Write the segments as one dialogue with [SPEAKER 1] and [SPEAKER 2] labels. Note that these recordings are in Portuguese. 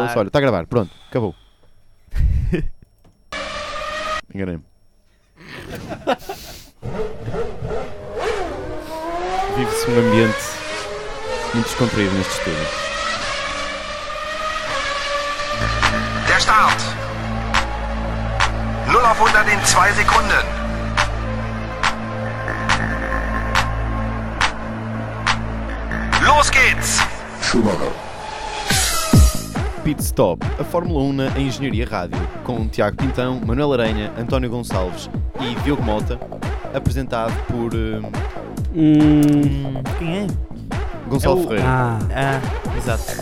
[SPEAKER 1] Foda-se, olha, está a gravar, pronto, acabou. Enganei-me. Vive-se um ambiente muito descontraído neste estúdio.
[SPEAKER 2] Der Start. 0 auf 100 in 2 Sekunden. Los geht's.
[SPEAKER 1] Pit Stop, a Fórmula 1 na Engenharia Rádio, com Tiago Pintão, Manuel Aranha, António Gonçalves e Diogo Mota, apresentado por hum,
[SPEAKER 3] Hum, quem é?
[SPEAKER 1] Gonçalo
[SPEAKER 3] É o-
[SPEAKER 1] Ferreira.
[SPEAKER 3] Ah,
[SPEAKER 4] Ah, exato.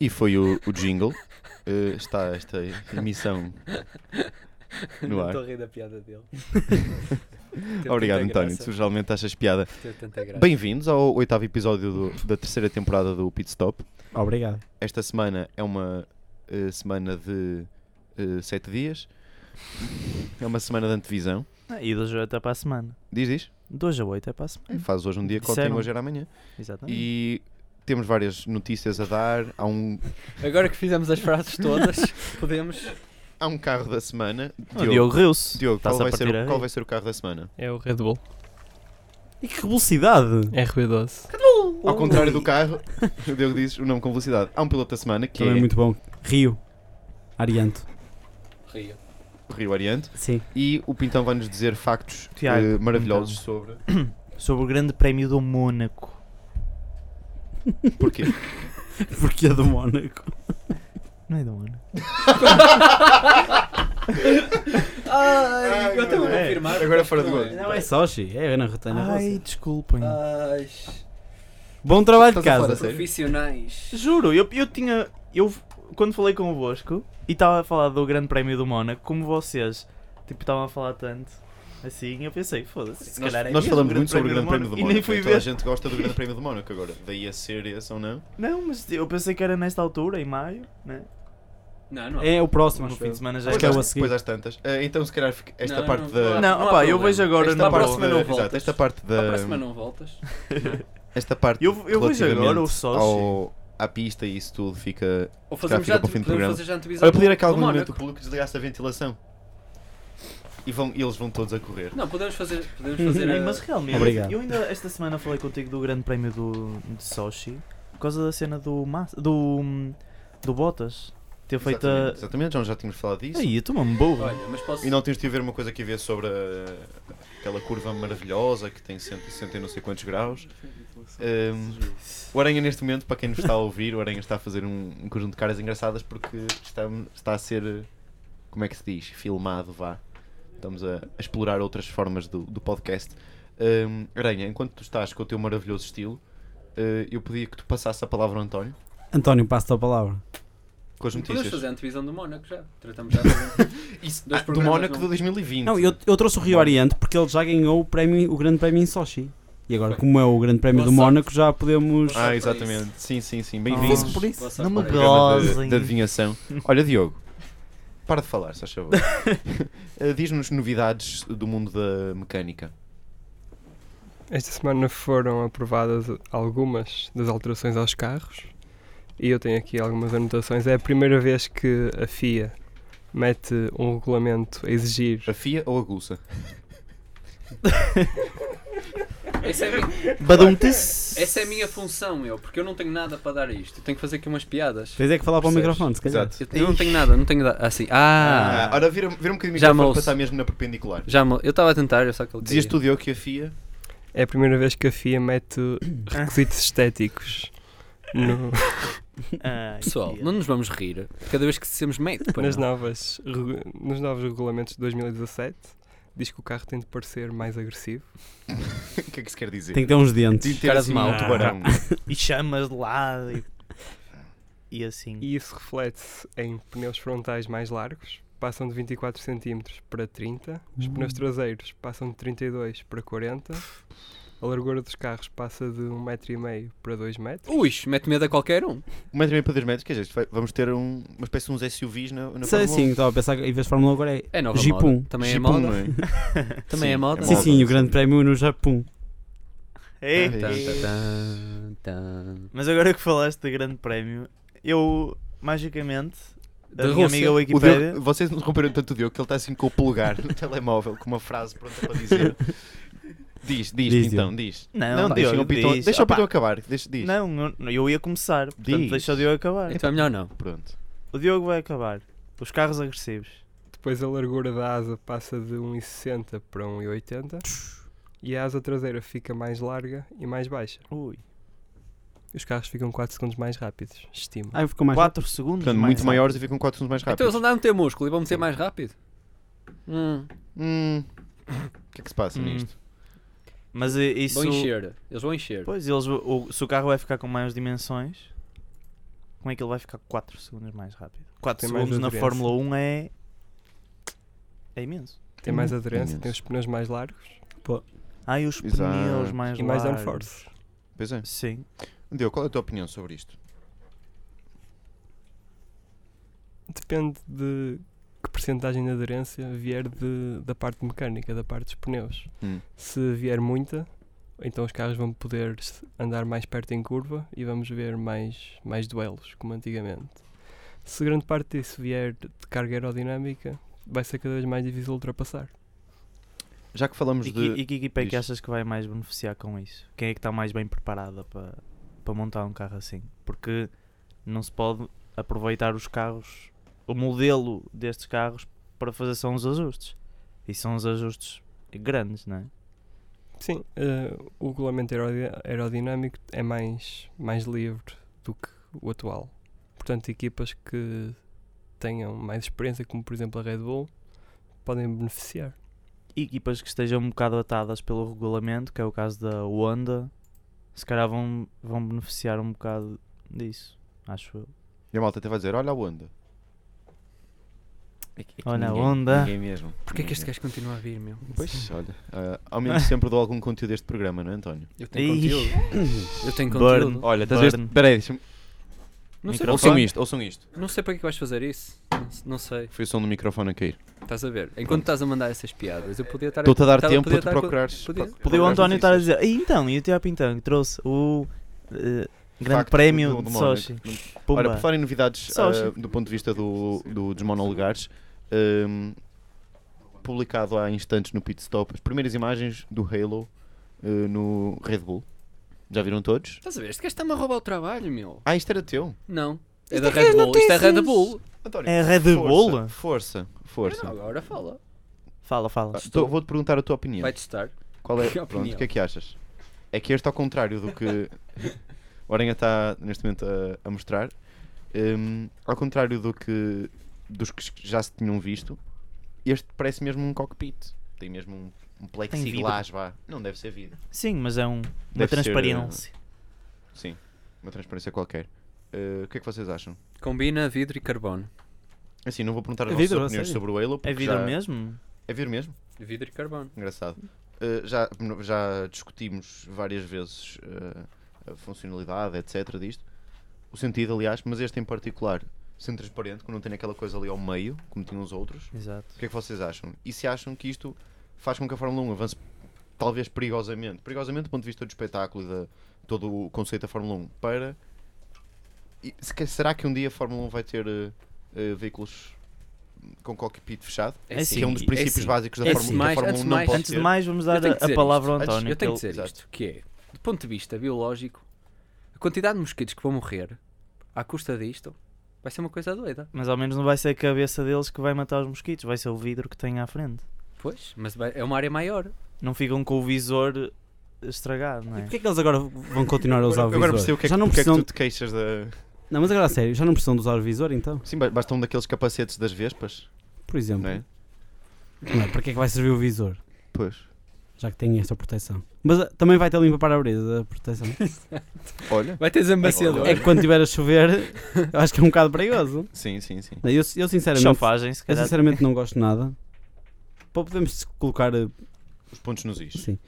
[SPEAKER 1] E foi o, o jingle. Uh, está esta emissão no ar.
[SPEAKER 5] Estou a rir da piada dele. Tem
[SPEAKER 1] Obrigado,
[SPEAKER 5] tanta
[SPEAKER 1] António.
[SPEAKER 5] graça,
[SPEAKER 1] Tu geralmente achas piada.
[SPEAKER 5] tem tanta graça.
[SPEAKER 1] Bem-vindos ao oitavo episódio do- da terceira temporada do Pit Stop.
[SPEAKER 3] obrigado.
[SPEAKER 1] Esta semana é uma eh, semana de eh, sete dias. É uma semana de antevisão.
[SPEAKER 4] Ah, E de hoje a oito é para a semana.
[SPEAKER 1] Diz, diz.
[SPEAKER 4] De hoje a oito é para a semana.
[SPEAKER 1] Faz hoje um dia que
[SPEAKER 4] Disseram. Ah.
[SPEAKER 1] ontem, hoje era amanhã.
[SPEAKER 4] Exatamente.
[SPEAKER 1] E temos várias notícias a dar. Há um,
[SPEAKER 5] Agora que fizemos as frases todas, podemos.
[SPEAKER 1] há um carro da semana.
[SPEAKER 4] O Oh, Ah, Diogo riu-se.
[SPEAKER 1] Diogo, qual
[SPEAKER 4] Está-se a
[SPEAKER 1] vai, ser,
[SPEAKER 4] partir
[SPEAKER 1] o-
[SPEAKER 4] a
[SPEAKER 1] qual
[SPEAKER 4] rir.
[SPEAKER 1] vai ser o carro da semana?
[SPEAKER 6] É o Red Bull.
[SPEAKER 4] E que velocidade!
[SPEAKER 6] É ruidoso.
[SPEAKER 1] Ao contrário do carro, o Diogo diz o nome com velocidade. Há um piloto da semana que
[SPEAKER 3] Também
[SPEAKER 1] é
[SPEAKER 3] muito bom. Rio. Arianto.
[SPEAKER 5] Rio.
[SPEAKER 1] Rio Oriente
[SPEAKER 3] Sim.
[SPEAKER 1] e o Pintão vai-nos dizer factos
[SPEAKER 4] Tiago, então.
[SPEAKER 1] eh, maravilhosos sobre.
[SPEAKER 4] Sobre o grande prémio do Mônaco.
[SPEAKER 1] Porquê?
[SPEAKER 3] Porque é do Mónaco.
[SPEAKER 4] Não é do Mônaco?
[SPEAKER 5] Ai, eu também vou
[SPEAKER 1] é.
[SPEAKER 5] confirmar.
[SPEAKER 1] Agora fora de
[SPEAKER 5] Não é.
[SPEAKER 1] gozo.
[SPEAKER 3] Não é Sochi, é na Rotanha
[SPEAKER 4] Ai,
[SPEAKER 3] Russa.
[SPEAKER 4] desculpem.
[SPEAKER 5] Ai,
[SPEAKER 3] Bom trabalho de
[SPEAKER 1] Estás a falar
[SPEAKER 3] casa.
[SPEAKER 1] sério?
[SPEAKER 5] profissionais.
[SPEAKER 4] Juro, eu, eu tinha. Eu quando falei convosco e estava a falar do Grande Prémio do Mónaco, como vocês tipo, estavam a falar tanto assim, eu pensei, foda-se, se
[SPEAKER 1] Nós,
[SPEAKER 4] calhar é
[SPEAKER 1] nós
[SPEAKER 4] mesmo
[SPEAKER 1] falamos
[SPEAKER 4] o
[SPEAKER 1] muito sobre o Grande Prémio do Mónaco.
[SPEAKER 4] E nem fui
[SPEAKER 1] Toda a
[SPEAKER 4] ver.
[SPEAKER 1] gente gosta do Grande Prémio do Mónaco agora. Daí a ser esse ou não?
[SPEAKER 4] Não, mas eu pensei que era nesta altura, em maio, né?
[SPEAKER 5] Não, não.
[SPEAKER 3] É o próximo.
[SPEAKER 4] No
[SPEAKER 3] acho
[SPEAKER 4] fim
[SPEAKER 3] eu.
[SPEAKER 4] de semana já
[SPEAKER 3] Acho
[SPEAKER 4] é.
[SPEAKER 3] que é o
[SPEAKER 4] Não,
[SPEAKER 3] a seguir.
[SPEAKER 1] Depois às tantas. Ah, então, se calhar, fica- esta
[SPEAKER 5] Não,
[SPEAKER 1] parte
[SPEAKER 5] não,
[SPEAKER 1] da.
[SPEAKER 5] não há
[SPEAKER 4] opá, eu
[SPEAKER 5] problema.
[SPEAKER 4] vejo agora
[SPEAKER 1] esta
[SPEAKER 4] na
[SPEAKER 1] parte
[SPEAKER 4] próxima
[SPEAKER 1] da-
[SPEAKER 5] não
[SPEAKER 1] Exato,
[SPEAKER 5] voltas.
[SPEAKER 1] esta parte da.
[SPEAKER 5] Para
[SPEAKER 6] é
[SPEAKER 5] a próxima não voltas.
[SPEAKER 1] Esta parte.
[SPEAKER 4] Eu- eu vejo agora
[SPEAKER 1] relativamente
[SPEAKER 4] o Sochi.
[SPEAKER 1] ao- À pista e isso tudo fica.
[SPEAKER 5] Ou fazemos
[SPEAKER 1] fica
[SPEAKER 5] já,
[SPEAKER 1] para o é fim do
[SPEAKER 5] podemos
[SPEAKER 1] programa.
[SPEAKER 5] fazer já antevisão.
[SPEAKER 1] Olha, pedir a que
[SPEAKER 5] do
[SPEAKER 1] algum momento
[SPEAKER 5] Mónaco.
[SPEAKER 1] o público desligasse a ventilação. E vão, eles vão todos a correr.
[SPEAKER 5] Não, podemos fazer. Podemos fazer.
[SPEAKER 4] Ei,
[SPEAKER 5] a-
[SPEAKER 4] mas realmente,
[SPEAKER 3] Obrigado.
[SPEAKER 4] eu ainda esta semana falei contigo do Grande Prémio do, de Sochi por causa da cena do Mas, do, do Bottas ter feito
[SPEAKER 1] Exatamente,
[SPEAKER 4] a.
[SPEAKER 1] exatamente, já, já tínhamos falado disso.
[SPEAKER 4] Aí, toma-me burro.
[SPEAKER 5] Olha, mas posso.
[SPEAKER 1] E não tens de ver uma coisa que a ver sobre a- aquela curva maravilhosa que tem 160 e não sei quantos graus. Ahm, o Aranha, neste momento, para quem nos está a ouvir, o Aranha está a fazer um, um conjunto de caras engraçadas porque está, está a ser, eh, como é que se diz? Filmado, vá. Estamos a, a explorar outras formas do, do podcast. Ahm, Aranha, enquanto tu estás com o teu maravilhoso estilo, eh, eu pedia que tu passasses a palavra ao António
[SPEAKER 3] António, passo-te a palavra.
[SPEAKER 1] com as
[SPEAKER 5] Podemos fazer
[SPEAKER 1] notícias.
[SPEAKER 5] a antevisão do Mónaco já. Tratamos já. de-
[SPEAKER 1] Isso,
[SPEAKER 5] Dois
[SPEAKER 1] ah, do
[SPEAKER 5] programas,
[SPEAKER 1] Mónaco
[SPEAKER 5] não?
[SPEAKER 1] de 2020.
[SPEAKER 3] Não, eu, eu trouxe o Rio Oriente porque ele já ganhou o, prémio, o Grande Prémio em Sochi. E agora,
[SPEAKER 5] Ok.
[SPEAKER 3] como é o Grande Prémio
[SPEAKER 5] Boa
[SPEAKER 3] do
[SPEAKER 5] sorte.
[SPEAKER 3] Mónaco, já podemos.
[SPEAKER 1] Ah, exatamente. Sim, sim, sim. Bem-vindos.
[SPEAKER 3] Fosse por isso.
[SPEAKER 5] Boa sorte
[SPEAKER 4] Não me
[SPEAKER 5] para ele.
[SPEAKER 1] programa de-
[SPEAKER 4] Gozem.
[SPEAKER 1] de adivinhação. Olha, Diogo, para de falar, se faz favor. Eh, Diz-nos novidades do mundo da mecânica.
[SPEAKER 6] Esta semana foram aprovadas algumas das alterações aos carros e eu tenho aqui algumas anotações. É a primeira vez que a FIA mete um regulamento a exigir.
[SPEAKER 1] A FIA ou a Gussa?
[SPEAKER 5] Essa é a minha-
[SPEAKER 4] Badum-tis.
[SPEAKER 5] Essa é a minha função, meu, porque eu não tenho nada para dar a isto. Eu tenho que fazer aqui umas piadas.
[SPEAKER 3] Tens é que falar para o
[SPEAKER 1] Percebes?
[SPEAKER 3] microfone, se calhar.
[SPEAKER 1] Exato.
[SPEAKER 5] Eu, eu não tenho nada, não tenho nada. Assim, ah!
[SPEAKER 1] Ah, ora, vira, vira um bocadinho
[SPEAKER 5] Já
[SPEAKER 1] já para
[SPEAKER 5] moço.
[SPEAKER 1] passar mesmo na perpendicular.
[SPEAKER 5] Já me- eu estava a tentar, eu só que ele
[SPEAKER 1] Dizias
[SPEAKER 5] queria.
[SPEAKER 1] tu, Diogo, que a FIA.
[SPEAKER 6] É a primeira vez que a FIA mete requisitos estéticos no-
[SPEAKER 4] Ai,
[SPEAKER 5] Pessoal,
[SPEAKER 4] tia.
[SPEAKER 5] não nos vamos rir cada vez que dissemos mate. pois
[SPEAKER 6] nas
[SPEAKER 5] não.
[SPEAKER 6] novas, regu- nos novos regulamentos de 2017. Diz que o carro tem de parecer mais agressivo.
[SPEAKER 1] O que é que se quer dizer?
[SPEAKER 3] Tem que ter um uns
[SPEAKER 1] de
[SPEAKER 3] dentes.
[SPEAKER 1] ter
[SPEAKER 5] Cara de
[SPEAKER 1] assim,
[SPEAKER 5] mau.
[SPEAKER 1] um tubarão.
[SPEAKER 4] E chamas de lado e, e assim.
[SPEAKER 5] Hum.
[SPEAKER 6] E isso reflete-se em pneus frontais mais largos, passam de 24
[SPEAKER 5] Hum.
[SPEAKER 6] cm para 30, os pneus traseiros passam de 32 para 40 a largura dos carros passa de 1,5m para 2 metros.
[SPEAKER 5] Ui, mete medo a qualquer um.
[SPEAKER 1] Um metro e meio para 2 metros, quer dizer, isto vai- vamos ter um- uma espécie de uns SUVs na, na
[SPEAKER 3] Sei
[SPEAKER 1] Fórmula
[SPEAKER 3] sim,
[SPEAKER 1] 1.
[SPEAKER 3] estava a pensar que em vez de Fórmula 1 agora é.
[SPEAKER 5] É nova
[SPEAKER 3] Jeep um.
[SPEAKER 5] moda. Também é
[SPEAKER 1] Jeep
[SPEAKER 5] moda.
[SPEAKER 1] um, não é?
[SPEAKER 5] Também
[SPEAKER 1] Sim,
[SPEAKER 5] é moda.
[SPEAKER 1] é
[SPEAKER 3] Sim,
[SPEAKER 1] moda.
[SPEAKER 3] sim, o Grande Prémio no Japão.
[SPEAKER 4] Ei.
[SPEAKER 1] Tá, tá,
[SPEAKER 5] Tan, tan,
[SPEAKER 4] Mas agora que falaste de grande prémio, eu, magicamente, a
[SPEAKER 5] Da
[SPEAKER 4] minha
[SPEAKER 5] Rússia.
[SPEAKER 4] amiga
[SPEAKER 1] O
[SPEAKER 4] Wikipedia...
[SPEAKER 1] Diogo, vocês não romperam tanto o Diogo que ele está assim com o polegar no telemóvel, com uma frase pronta para dizer. Diz, diz,
[SPEAKER 3] Diz,
[SPEAKER 1] então, diz.
[SPEAKER 4] Não,
[SPEAKER 1] Não,
[SPEAKER 4] pá,
[SPEAKER 1] deixa,
[SPEAKER 4] Diogo,
[SPEAKER 1] o um Pitão,
[SPEAKER 4] diz.
[SPEAKER 1] deixa o
[SPEAKER 4] Opa,
[SPEAKER 1] Pitão acabar. Deixa, diz.
[SPEAKER 4] Não, eu- eu ia começar, portanto
[SPEAKER 1] Diz.
[SPEAKER 4] deixa o Diogo acabar.
[SPEAKER 5] Então é melhor não.
[SPEAKER 1] Pronto.
[SPEAKER 4] O Diogo vai acabar. Os carros agressivos.
[SPEAKER 6] Depois a largura da asa passa de 1,60 para 1,80 e a asa traseira fica mais larga e mais baixa.
[SPEAKER 4] Ui.
[SPEAKER 6] E os carros ficam 4 segundos mais rápidos, estima.
[SPEAKER 1] Ah,
[SPEAKER 3] Ai, ficou mais.
[SPEAKER 4] 4 segundos
[SPEAKER 1] Portanto,
[SPEAKER 4] mais
[SPEAKER 1] muito
[SPEAKER 4] rápido.
[SPEAKER 1] maiores e ficam 4 segundos mais
[SPEAKER 5] Então
[SPEAKER 1] rápidos.
[SPEAKER 5] eles andaram a meter músculo e vão meter mais rápido. Hum,
[SPEAKER 1] Hum. O que é que se passa
[SPEAKER 4] Hum.
[SPEAKER 1] nisto?
[SPEAKER 4] Mas eh, isso...
[SPEAKER 5] vão encher. Eles vão encher.
[SPEAKER 4] Pois, eles, o, se o carro vai ficar com maiores dimensões, como é que ele vai ficar 4 segundos mais rápido? 4
[SPEAKER 6] Tem mais
[SPEAKER 4] segundos na
[SPEAKER 6] aderência.
[SPEAKER 4] Fórmula 1 é. é imenso.
[SPEAKER 6] Tem mais aderência, tem
[SPEAKER 1] Imenso.
[SPEAKER 6] os pneus mais largos
[SPEAKER 4] Ah, e os
[SPEAKER 1] Exato.
[SPEAKER 4] pneus mais
[SPEAKER 6] e mais
[SPEAKER 4] largos.
[SPEAKER 6] downforce.
[SPEAKER 1] Pois é.
[SPEAKER 4] Sim.
[SPEAKER 1] Diogo, qual é a tua opinião sobre isto?
[SPEAKER 6] Depende de que percentagem de aderência vier de- da parte mecânica, da parte dos pneus.
[SPEAKER 1] Hum.
[SPEAKER 6] Se vier muita, então os carros vão poder s- andar mais perto em curva e vamos ver mais, mais duelos, como antigamente. Se grande parte disso vier de de carga aerodinâmica, vai ser cada vez mais difícil ultrapassar.
[SPEAKER 1] Já que falamos
[SPEAKER 4] E,
[SPEAKER 1] de.
[SPEAKER 4] que- e que equipa é que
[SPEAKER 1] diz.
[SPEAKER 4] achas que vai mais beneficiar com isso? Quem é que está mais bem preparada para, para montar um carro assim? Porque não se pode aproveitar os carros, o modelo destes carros, para fazer só uns ajustes. E são uns ajustes grandes, não é?
[SPEAKER 6] Sim, eh, o regulamento aerodi- aerodinâmico é mais, mais livre do que o atual. Portanto, equipas que tenham mais experiência, como por exemplo a Red Bull, podem beneficiar.
[SPEAKER 4] E equipas que estejam um bocado atadas pelo regulamento, que é o caso da Honda, se calhar vão, vão beneficiar um bocado disso, acho eu.
[SPEAKER 1] E a malta até vai dizer: olha a onda. É que- é que
[SPEAKER 4] Olha a
[SPEAKER 1] ninguém-
[SPEAKER 4] onda.
[SPEAKER 1] Ninguém mesmo.
[SPEAKER 5] Porquê é que este
[SPEAKER 1] Ninguém.
[SPEAKER 5] gajo continua a vir, meu?
[SPEAKER 1] Pois, olha. ah, ao menos sempre dou algum conteúdo deste programa, não é, António?
[SPEAKER 5] Eu tenho
[SPEAKER 4] Ih.
[SPEAKER 5] conteúdo. Eu tenho
[SPEAKER 4] Burn.
[SPEAKER 5] conteúdo.
[SPEAKER 1] Olha,
[SPEAKER 4] estás a ver este-
[SPEAKER 1] Peraí, deixa-me.
[SPEAKER 5] Não sei,
[SPEAKER 1] Ouçam
[SPEAKER 5] não,
[SPEAKER 1] isto, ouçam isto.
[SPEAKER 5] não sei para que vais fazer isso. Não, não sei.
[SPEAKER 1] Foi o som do microfone a cair.
[SPEAKER 5] Estás a ver? Enquanto estás a mandar essas piadas, eu podia estar
[SPEAKER 1] Estou-te a dar
[SPEAKER 5] estava-
[SPEAKER 1] tempo
[SPEAKER 5] podia
[SPEAKER 1] para tu
[SPEAKER 5] estar co-
[SPEAKER 1] procurares-
[SPEAKER 5] podia-
[SPEAKER 1] pro-
[SPEAKER 4] Podia o
[SPEAKER 1] Agora
[SPEAKER 4] António
[SPEAKER 1] notícias.
[SPEAKER 4] estar a dizer, "E então, e o Tiago Pintão que trouxe o eh, grande
[SPEAKER 1] Facto
[SPEAKER 4] prémio
[SPEAKER 1] do- do
[SPEAKER 4] de
[SPEAKER 1] Mónaco.
[SPEAKER 4] Sochi. Pumba.
[SPEAKER 1] Ora, por falar em novidades ah,
[SPEAKER 4] Sochi.
[SPEAKER 1] do ponto de vista do, do- dos monolugares, ahm, um, publicado há instantes no pit stop, as primeiras imagens do Halo ah, no Red Bull. Já viram todos?
[SPEAKER 5] Estás a ver? Este gajo está-me a roubar o trabalho, meu.
[SPEAKER 1] Ah, isto era teu.
[SPEAKER 5] Não. É da Red Bull. Isto é Red Bull.
[SPEAKER 1] António,
[SPEAKER 4] É Red Bull?
[SPEAKER 1] Força, força.
[SPEAKER 5] Não, agora fala.
[SPEAKER 4] Fala, fala.
[SPEAKER 1] Ah, tô- Vou-te perguntar a tua opinião.
[SPEAKER 5] Vai testar.
[SPEAKER 1] Qual é?
[SPEAKER 5] Que
[SPEAKER 1] Pronto,
[SPEAKER 5] opinião?
[SPEAKER 1] o que é que achas? É que este, ao contrário do que o Aranha está neste momento a, a mostrar, hum, ao contrário do que dos que já se tinham visto, este parece mesmo um cockpit. Tem mesmo um, um plexiglass, vá. Não deve ser vidro.
[SPEAKER 4] Sim, mas é um, uma
[SPEAKER 1] Deve ser,
[SPEAKER 4] transparência.
[SPEAKER 1] Sim, uma transparência qualquer. Uh, o que é que vocês acham?
[SPEAKER 5] Combina vidro e carbono.
[SPEAKER 1] Assim, não vou perguntar as
[SPEAKER 3] É
[SPEAKER 1] vossas
[SPEAKER 3] vidro, a
[SPEAKER 1] opiniões
[SPEAKER 3] sério?
[SPEAKER 1] sobre o Halo.
[SPEAKER 4] É
[SPEAKER 1] porque
[SPEAKER 4] vidro
[SPEAKER 1] eh, já-
[SPEAKER 4] mesmo?
[SPEAKER 1] É vidro mesmo?
[SPEAKER 5] Vidro e carbono.
[SPEAKER 1] Engraçado. Uh, já, já discutimos várias vezes uh, a funcionalidade, etc. disto. O sentido, aliás, mas este em particular, sendo transparente, que não tem aquela coisa ali ao meio, como tinham os outros.
[SPEAKER 4] Exato.
[SPEAKER 1] O que é que vocês acham? E se acham que isto faz com que a Fórmula 1 avance, talvez perigosamente, perigosamente do ponto de vista do espetáculo e de todo o conceito da Fórmula 1, para. E se que- será que um dia a Fórmula 1 vai ter uh, uh, veículos com cockpit fechado?
[SPEAKER 4] É sim,
[SPEAKER 5] assim.
[SPEAKER 1] que é um dos
[SPEAKER 4] é
[SPEAKER 1] princípios
[SPEAKER 5] sim.
[SPEAKER 1] básicos da
[SPEAKER 5] Antes
[SPEAKER 1] Fórmula
[SPEAKER 5] de
[SPEAKER 1] 1 que a Fórmula
[SPEAKER 5] mais- antes
[SPEAKER 1] 1
[SPEAKER 5] de
[SPEAKER 1] não
[SPEAKER 5] mais-
[SPEAKER 1] pode
[SPEAKER 4] Antes
[SPEAKER 1] ter.
[SPEAKER 4] de mais, vamos
[SPEAKER 5] Eu
[SPEAKER 4] dar
[SPEAKER 5] tenho
[SPEAKER 4] a,
[SPEAKER 5] que dizer
[SPEAKER 4] a palavra ao
[SPEAKER 1] isto. Antes-
[SPEAKER 4] António.
[SPEAKER 5] Eu tenho que
[SPEAKER 4] que
[SPEAKER 5] dizer
[SPEAKER 1] Exato.
[SPEAKER 5] isto, que é, do ponto de vista biológico, a quantidade de mosquitos que vão morrer à custa disto vai ser uma coisa doida.
[SPEAKER 4] ele- Mas ao menos não vai ser a cabeça deles que vai matar os mosquitos, vai ser o vidro que tem à frente.
[SPEAKER 5] Pois, mas vai- é uma área maior.
[SPEAKER 4] Não ficam com o visor estragado, não
[SPEAKER 3] E
[SPEAKER 4] é?
[SPEAKER 3] porquê é que eles agora vão continuar a usar o
[SPEAKER 1] Agora-
[SPEAKER 3] visor?
[SPEAKER 1] Agora percebo o que é que,
[SPEAKER 3] já não
[SPEAKER 1] porque é que
[SPEAKER 3] precisam.
[SPEAKER 1] tu te queixas da.
[SPEAKER 3] Não, mas agora a sério, já não precisam de usar o visor então?
[SPEAKER 1] Sim, ba- basta um daqueles capacetes das vespas,
[SPEAKER 3] Por exemplo.
[SPEAKER 1] não é?
[SPEAKER 3] Não é? Para que é que vai servir o visor?
[SPEAKER 1] Pois.
[SPEAKER 3] Já que tem esta proteção. Mas ah, também vai ter limpa para-brisa a proteção.
[SPEAKER 1] Olha.
[SPEAKER 5] Vai ter desambaciador.
[SPEAKER 3] É que quando tiver a chover, eu acho que é um bocado perigoso.
[SPEAKER 1] Sim, sim, sim.
[SPEAKER 3] Eu, eu sinceramente,
[SPEAKER 4] Chofagem, se
[SPEAKER 3] eu
[SPEAKER 4] calhar.
[SPEAKER 3] sinceramente não gosto de nada. Pô, podemos colocar. ah,
[SPEAKER 1] Os pontos nos is.
[SPEAKER 3] Sim.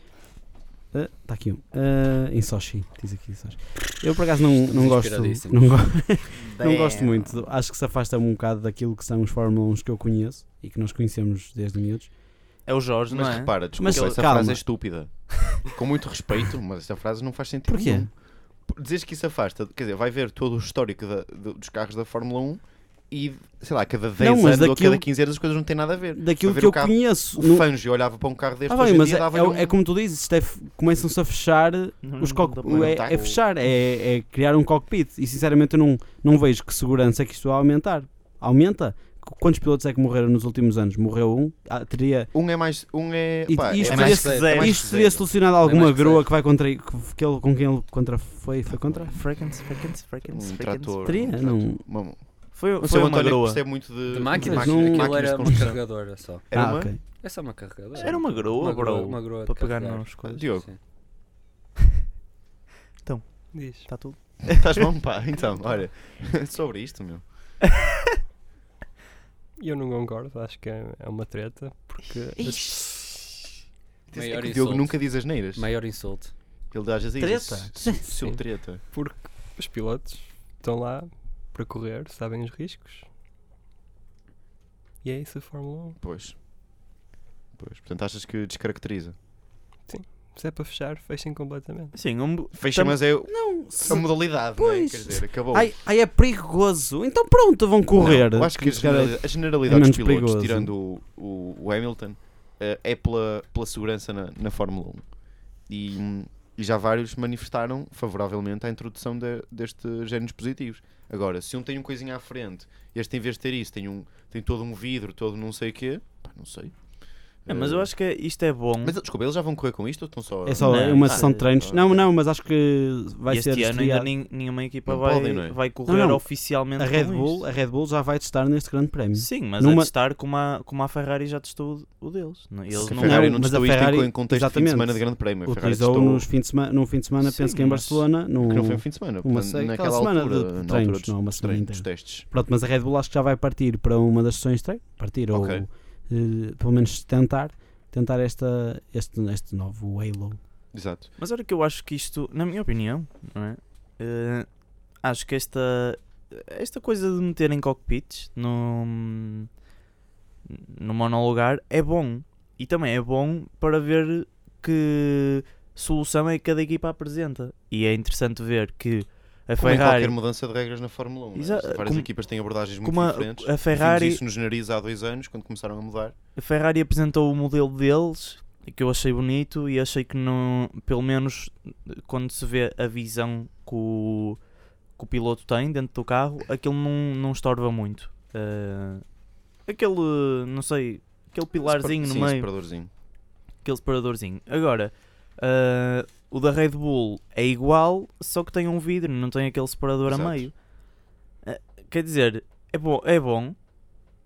[SPEAKER 3] Está aqui um. Ah, em Sochi, diz aqui Sochi. Eu por acaso não, não gosto.
[SPEAKER 5] inspiradíssimos.
[SPEAKER 3] Não, go-
[SPEAKER 4] É.
[SPEAKER 3] não gosto muito. Acho que se afasta um bocado daquilo que são os Fórmula 1 que eu conheço e que nós conhecemos desde miúdos.
[SPEAKER 1] É o Jorge, mas
[SPEAKER 4] Não é?
[SPEAKER 1] repara, desculpa,
[SPEAKER 3] Mas,
[SPEAKER 1] essa
[SPEAKER 3] calma.
[SPEAKER 1] frase é estúpida. Com muito respeito, mas essa frase não faz sentido
[SPEAKER 3] Porquê?
[SPEAKER 1] nenhum. Por- Dizes que isso afasta, quer dizer, vai ver todo o histórico da- do- dos carros da Fórmula 1 e, sei lá, cada 10
[SPEAKER 3] Não,
[SPEAKER 1] anos
[SPEAKER 3] mas
[SPEAKER 1] ou
[SPEAKER 3] daquilo-
[SPEAKER 1] cada 15 anos as coisas não têm nada a ver.
[SPEAKER 3] Daquilo
[SPEAKER 1] Para ver
[SPEAKER 3] que
[SPEAKER 1] o
[SPEAKER 3] eu
[SPEAKER 1] carro,
[SPEAKER 3] conheço.
[SPEAKER 1] O
[SPEAKER 3] não-
[SPEAKER 1] Fanjo olhava para um carro deste
[SPEAKER 3] Ah,
[SPEAKER 1] hoje
[SPEAKER 3] bem,
[SPEAKER 1] em
[SPEAKER 3] mas
[SPEAKER 1] dia
[SPEAKER 3] é,
[SPEAKER 1] dava-lhe
[SPEAKER 3] é-
[SPEAKER 1] um...
[SPEAKER 3] é como tu dizes, isto é f- começam-se a fechar
[SPEAKER 4] Não-
[SPEAKER 1] Hum,
[SPEAKER 3] os
[SPEAKER 4] não
[SPEAKER 3] cock-
[SPEAKER 4] dá para-
[SPEAKER 1] não
[SPEAKER 3] é,
[SPEAKER 1] dá
[SPEAKER 3] é
[SPEAKER 1] com-
[SPEAKER 3] fechar, é, é criar um cockpit. E sinceramente eu não, não vejo que segurança é que isto vai aumentar. Aumenta. Qu- Quantos pilotos é que morreram nos últimos anos? Morreu um? Ah, teria,
[SPEAKER 1] Um é mais... Um é...
[SPEAKER 3] E-
[SPEAKER 1] pá,
[SPEAKER 3] e isto
[SPEAKER 1] é
[SPEAKER 3] podia
[SPEAKER 1] mais...
[SPEAKER 3] ser
[SPEAKER 1] é
[SPEAKER 4] zero.
[SPEAKER 1] mais
[SPEAKER 3] isto seria
[SPEAKER 1] zero.
[SPEAKER 3] solucionado a
[SPEAKER 5] É
[SPEAKER 3] alguma
[SPEAKER 5] mais que
[SPEAKER 3] grua
[SPEAKER 5] zero.
[SPEAKER 3] que vai contra que, que ele, com quem ele contra foi? Foi contra?
[SPEAKER 4] Frequency, frequency, frequency,
[SPEAKER 1] Um
[SPEAKER 4] frequency.
[SPEAKER 1] trator.
[SPEAKER 3] Teria?
[SPEAKER 1] um
[SPEAKER 3] Não.
[SPEAKER 1] trator. Uma-
[SPEAKER 4] Foi,
[SPEAKER 1] O
[SPEAKER 4] foi
[SPEAKER 1] seu
[SPEAKER 4] uma
[SPEAKER 1] António
[SPEAKER 4] groa.
[SPEAKER 1] percebe muito de...
[SPEAKER 5] De máquinas,
[SPEAKER 3] Mas não-
[SPEAKER 5] aquilo
[SPEAKER 1] máquinas
[SPEAKER 5] era
[SPEAKER 1] de
[SPEAKER 5] uma
[SPEAKER 1] construção.
[SPEAKER 5] carregadora só.
[SPEAKER 1] Era
[SPEAKER 3] ah,
[SPEAKER 1] uma...
[SPEAKER 3] ok.
[SPEAKER 5] É só uma carregadora.
[SPEAKER 4] Era uma groa,
[SPEAKER 5] uma
[SPEAKER 4] bro.
[SPEAKER 5] groa, uma groa
[SPEAKER 4] para
[SPEAKER 5] de
[SPEAKER 4] pegar
[SPEAKER 5] carregar.
[SPEAKER 4] nas coisas.
[SPEAKER 1] Diogo,
[SPEAKER 5] Sim.
[SPEAKER 6] Diz.
[SPEAKER 4] Está tudo.
[SPEAKER 1] estás bom, pá? Então, olha, sobre isto, meu.
[SPEAKER 6] Eu não concordo, acho que é é uma treta, porque
[SPEAKER 1] É
[SPEAKER 5] Maior
[SPEAKER 1] que o Diogo
[SPEAKER 5] insulto.
[SPEAKER 1] nunca diz as neiras.
[SPEAKER 5] Maior insulto.
[SPEAKER 1] Ele às vezes diz...
[SPEAKER 4] Treta?
[SPEAKER 1] "Seu- Seu treta.
[SPEAKER 6] porque os pilotos estão lá para correr, sabem os riscos. E é isso a Fórmula
[SPEAKER 1] Pois. Pois. Portanto, achas que descaracteriza?
[SPEAKER 6] 1. Se é para fechar, fechem completamente.
[SPEAKER 4] Sim, um...
[SPEAKER 1] Fecha, mas é
[SPEAKER 3] Não, se-
[SPEAKER 1] a modalidade, não é?
[SPEAKER 3] Pois.
[SPEAKER 1] Quer dizer, acabou.
[SPEAKER 3] ai, ai, é perigoso. Então pronto, vão correr.
[SPEAKER 1] Não, eu acho que a
[SPEAKER 3] Os caras-
[SPEAKER 1] generalidade, a generalidade
[SPEAKER 3] é
[SPEAKER 1] dos
[SPEAKER 3] menos
[SPEAKER 1] pilotos,
[SPEAKER 3] perigoso.
[SPEAKER 1] tirando o, o- o Hamilton, eh, é pela, pela segurança na, na Fórmula 1. E, hum, e já vários manifestaram favoravelmente à introdução de, destes géneros positivos. Agora, se um tem um coisinha à frente, este em vez de ter isso, tem, um, tem todo um vidro, todo não sei o quê, pá, não sei. Eh,
[SPEAKER 4] É, mas eu acho que isto é bom.
[SPEAKER 1] Mas desculpa, eles já vão correr com isto ou estão só. a-
[SPEAKER 3] É só
[SPEAKER 4] Não,
[SPEAKER 3] uma
[SPEAKER 4] ah,
[SPEAKER 3] sessão de treinos. Não, não, mas acho que vai
[SPEAKER 4] este
[SPEAKER 3] ser
[SPEAKER 4] ano ainda
[SPEAKER 3] estreado.
[SPEAKER 4] nin- nenhuma equipa
[SPEAKER 1] Não
[SPEAKER 4] vai,
[SPEAKER 1] podem, não é?
[SPEAKER 4] vai correr
[SPEAKER 3] Não, não.
[SPEAKER 4] oficialmente
[SPEAKER 3] A Red
[SPEAKER 4] com
[SPEAKER 3] Bull,
[SPEAKER 4] isto.
[SPEAKER 3] a Red Bull já vai testar neste grande prémio.
[SPEAKER 4] Sim, mas
[SPEAKER 3] numa-
[SPEAKER 4] a testar como a, como a Ferrari já testou o o deles. Não- Eles
[SPEAKER 1] Que a
[SPEAKER 4] não
[SPEAKER 1] Ferrari não
[SPEAKER 3] é um- mas
[SPEAKER 1] testou
[SPEAKER 3] a
[SPEAKER 1] isto em-
[SPEAKER 3] Ferrari-
[SPEAKER 1] em contexto de fim de
[SPEAKER 3] exatamente.
[SPEAKER 1] semana de grande prémio. A Ferrari
[SPEAKER 3] Utilizou
[SPEAKER 1] testou-
[SPEAKER 3] nos fim de semana, num fim de semana,
[SPEAKER 4] Sim,
[SPEAKER 3] penso que em
[SPEAKER 4] mas-
[SPEAKER 3] Barcelona, num,
[SPEAKER 1] Que não foi um fim de semana.
[SPEAKER 3] uma
[SPEAKER 1] portanto,
[SPEAKER 3] se- aquela
[SPEAKER 1] naquela
[SPEAKER 3] semana
[SPEAKER 1] altura,
[SPEAKER 3] de- de
[SPEAKER 1] na
[SPEAKER 3] treinos,
[SPEAKER 1] altura dos,
[SPEAKER 3] não, uma semana
[SPEAKER 1] treinos,
[SPEAKER 3] inteira.
[SPEAKER 1] dos testes.
[SPEAKER 3] Pronto, mas a Red Bull acho que já vai partir para uma das sessões de treino, partir ou
[SPEAKER 1] Ok.
[SPEAKER 3] eh, pelo menos tentar, tentar esta, este, este novo Halo.
[SPEAKER 1] Exato.
[SPEAKER 4] Mas olha que eu acho que isto, na minha opinião, não é? Eh, acho que esta esta coisa de meterem cockpits no no monolugar é bom e também é bom para ver que solução é que cada equipa apresenta e é interessante ver que a
[SPEAKER 1] Como em
[SPEAKER 4] Ferrari
[SPEAKER 1] qualquer mudança de regras na Fórmula 1. não é?
[SPEAKER 4] Exa-
[SPEAKER 1] Várias
[SPEAKER 4] como-
[SPEAKER 1] equipas têm abordagens muito
[SPEAKER 4] como a,
[SPEAKER 1] diferentes.
[SPEAKER 4] a
[SPEAKER 1] Vimos
[SPEAKER 4] Ferrari Um
[SPEAKER 1] isso nos nariz há dois anos, quando começaram a mudar.
[SPEAKER 4] A Ferrari apresentou o modelo deles que eu achei bonito e achei que não, pelo menos quando se vê a visão que o, que o piloto tem dentro do carro, aquilo não, não estorva muito. Ah, aquele, não sei, aquele
[SPEAKER 1] Separ-
[SPEAKER 4] pilarzinho no
[SPEAKER 1] Sim,
[SPEAKER 4] meio,
[SPEAKER 1] separadorzinho.
[SPEAKER 4] aquele separadorzinho. Agora, ah, o da Red Bull é igual, só que tem um vidro, não tem aquele separador
[SPEAKER 1] Exato.
[SPEAKER 4] a meio. Ah, quer dizer, é bom, é bom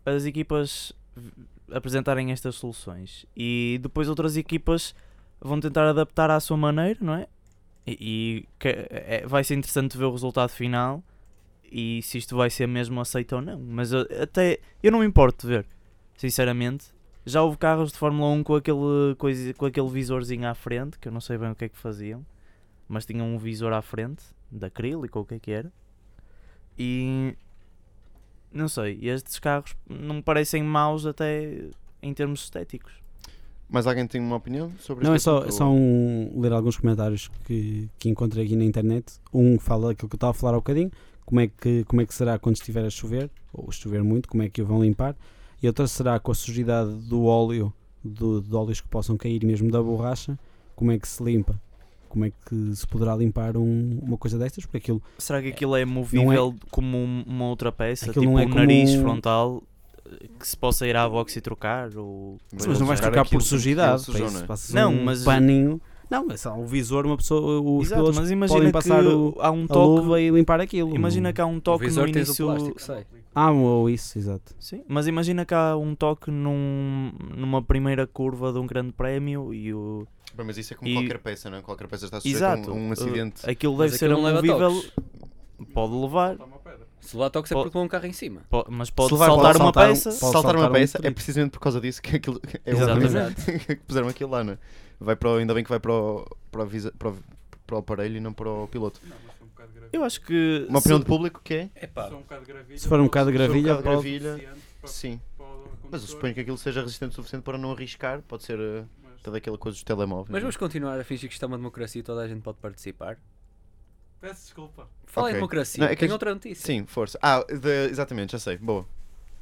[SPEAKER 4] as equipas v- apresentarem estas soluções e depois outras equipas vão tentar adaptar à sua maneira, não é? E, e que- é- vai ser interessante ver o resultado final e se isto vai ser mesmo aceito ou não. Mas eu- até eu não me importo de ver, sinceramente. Já houve carros de Fórmula 1 com aquele, coisa, com aquele visorzinho à frente, que eu não sei bem o que é que faziam, mas tinham um visor à frente, de acrílico ou o que é que era. E não sei, estes carros não me parecem maus até em termos estéticos.
[SPEAKER 1] Mas alguém tem uma opinião sobre
[SPEAKER 3] Não, é
[SPEAKER 1] este
[SPEAKER 3] só,
[SPEAKER 1] assunto?
[SPEAKER 3] é só um- ler alguns comentários que, que encontrei aqui na internet. Um fala aquilo que eu estava a falar há bocadinho, como é, que, como é que será quando estiver a chover, ou chover muito, como é que o vão limpar. E outra será com a sujidade do óleo, do, de óleos que possam cair mesmo da borracha, como é que se limpa. Como é que se poderá limpar um- uma coisa destas? Porque aquilo
[SPEAKER 4] Será que aquilo é movível como um- uma outra peça,
[SPEAKER 3] Aquilo
[SPEAKER 4] tipo
[SPEAKER 3] não é
[SPEAKER 4] um
[SPEAKER 3] como
[SPEAKER 4] nariz
[SPEAKER 3] um-
[SPEAKER 4] frontal eh, que se possa ir à box e trocar? Ou...
[SPEAKER 1] Mas
[SPEAKER 3] Mas não vais
[SPEAKER 1] buscar
[SPEAKER 3] trocar
[SPEAKER 1] aquilo
[SPEAKER 3] por
[SPEAKER 1] que
[SPEAKER 3] sujidade.
[SPEAKER 1] aquilo sujou,
[SPEAKER 3] para isso
[SPEAKER 1] não é?
[SPEAKER 3] passa-se
[SPEAKER 4] Não,
[SPEAKER 3] um
[SPEAKER 4] mas-
[SPEAKER 3] paninho. Não, é só o visor, uma pessoa, os
[SPEAKER 4] Exato,
[SPEAKER 3] pilotos
[SPEAKER 4] mas
[SPEAKER 3] podem
[SPEAKER 4] imagina que
[SPEAKER 3] passar o-
[SPEAKER 4] há um
[SPEAKER 3] a luva
[SPEAKER 4] toque.
[SPEAKER 3] e limpar aquilo.
[SPEAKER 4] Imagina que há um
[SPEAKER 5] O
[SPEAKER 4] toque no
[SPEAKER 5] visor tens o
[SPEAKER 4] início.
[SPEAKER 5] plástico, sei.
[SPEAKER 3] Ah, ou isso, exato.
[SPEAKER 4] Sim, mas imagina que há um toque num- numa primeira curva de um grande prémio e o.
[SPEAKER 1] Bem, Mas isso é como
[SPEAKER 4] um- E-
[SPEAKER 1] qualquer peça, não é? Qualquer peça está sujeita a
[SPEAKER 4] Exato.
[SPEAKER 1] um, um
[SPEAKER 4] eh,
[SPEAKER 1] acidente.
[SPEAKER 4] aquilo deve
[SPEAKER 5] Mas
[SPEAKER 4] ser
[SPEAKER 5] aquilo não leva
[SPEAKER 4] movível.
[SPEAKER 5] toques.
[SPEAKER 4] Pode levar.
[SPEAKER 5] Se levar toques é
[SPEAKER 4] Pode-
[SPEAKER 5] porque levou um carro em cima.
[SPEAKER 4] Po- mas pode
[SPEAKER 1] levar-
[SPEAKER 4] saltar
[SPEAKER 1] pode
[SPEAKER 4] uma
[SPEAKER 3] saltar um-
[SPEAKER 4] peça.
[SPEAKER 1] Se
[SPEAKER 3] Pode
[SPEAKER 1] saltar uma
[SPEAKER 3] saltar um
[SPEAKER 1] peça, é
[SPEAKER 3] trito.
[SPEAKER 1] precisamente por causa disso que aquilo é o
[SPEAKER 4] Exatamente.
[SPEAKER 1] que puseram aquilo lá, não é? Vai para o, ainda bem que vai para o, para, o visa- para, o, para o aparelho e não para o piloto.
[SPEAKER 4] Eu acho que.
[SPEAKER 1] Uma
[SPEAKER 4] se-
[SPEAKER 1] opinião de público que é?
[SPEAKER 3] Se for um bocado de gravilha,
[SPEAKER 1] um bocado de
[SPEAKER 3] pode-
[SPEAKER 1] gravilha, sim. Mas eu suponho que aquilo seja resistente o suficiente para não arriscar, pode ser eh, toda aquela coisa dos telemóveis.
[SPEAKER 5] Mas
[SPEAKER 1] não é?
[SPEAKER 5] vamos continuar a fingir que isto é uma democracia e toda a gente pode participar.
[SPEAKER 7] Peço desculpa.
[SPEAKER 5] Fala em
[SPEAKER 1] Ok.
[SPEAKER 5] democracia.
[SPEAKER 1] Não, é que
[SPEAKER 5] Tem
[SPEAKER 1] as-
[SPEAKER 5] outra notícia.
[SPEAKER 1] Sim, força. Ah, de- exatamente, já sei. Boa.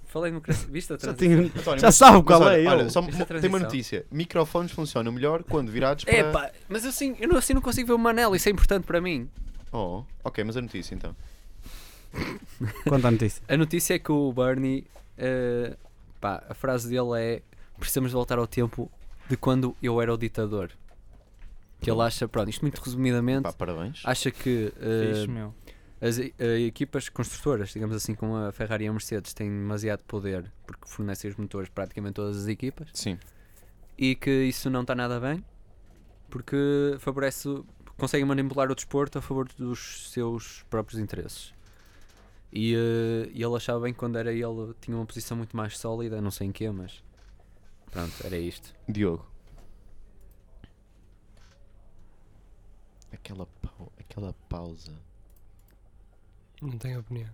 [SPEAKER 5] Fala em democracia. Viste a
[SPEAKER 3] já,
[SPEAKER 5] transição?
[SPEAKER 3] tinha,
[SPEAKER 1] António,
[SPEAKER 3] já
[SPEAKER 1] mas-
[SPEAKER 3] sabe
[SPEAKER 1] mas
[SPEAKER 3] qual
[SPEAKER 1] olha,
[SPEAKER 3] é
[SPEAKER 1] olha,
[SPEAKER 3] ele.
[SPEAKER 1] só
[SPEAKER 5] Viste a
[SPEAKER 1] uma- tem
[SPEAKER 5] transição?
[SPEAKER 1] uma notícia. Microfones funcionam melhor quando virados para...
[SPEAKER 5] É pá, mas eu, sim, eu, não, assim não consigo ver o Manel, isso é importante para mim.
[SPEAKER 1] Oh, ok, mas a notícia então.
[SPEAKER 3] Conta a notícia.
[SPEAKER 5] A notícia é que o Bernie, eh, pá, a frase dele é: precisamos de voltar ao tempo de quando eu era o ditador. Que ele acha, pronto, isto muito resumidamente,
[SPEAKER 1] Pá, parabéns.
[SPEAKER 5] acha que eh,
[SPEAKER 4] Fixe, meu.
[SPEAKER 5] as e- eh, equipas construtoras, digamos assim, como a Ferrari e a Mercedes, têm demasiado poder porque fornecem os motores praticamente todas as equipas
[SPEAKER 1] Sim.
[SPEAKER 5] e que isso não está nada bem porque favorece, conseguem manipular o desporto a favor dos seus próprios interesses. E eh, e ele achava bem que quando era ele tinha uma posição muito mais sólida, não sei em quê, mas pronto, era isto.
[SPEAKER 1] Diogo. Aquela, pau- aquela pausa.
[SPEAKER 6] Não tenho opinião.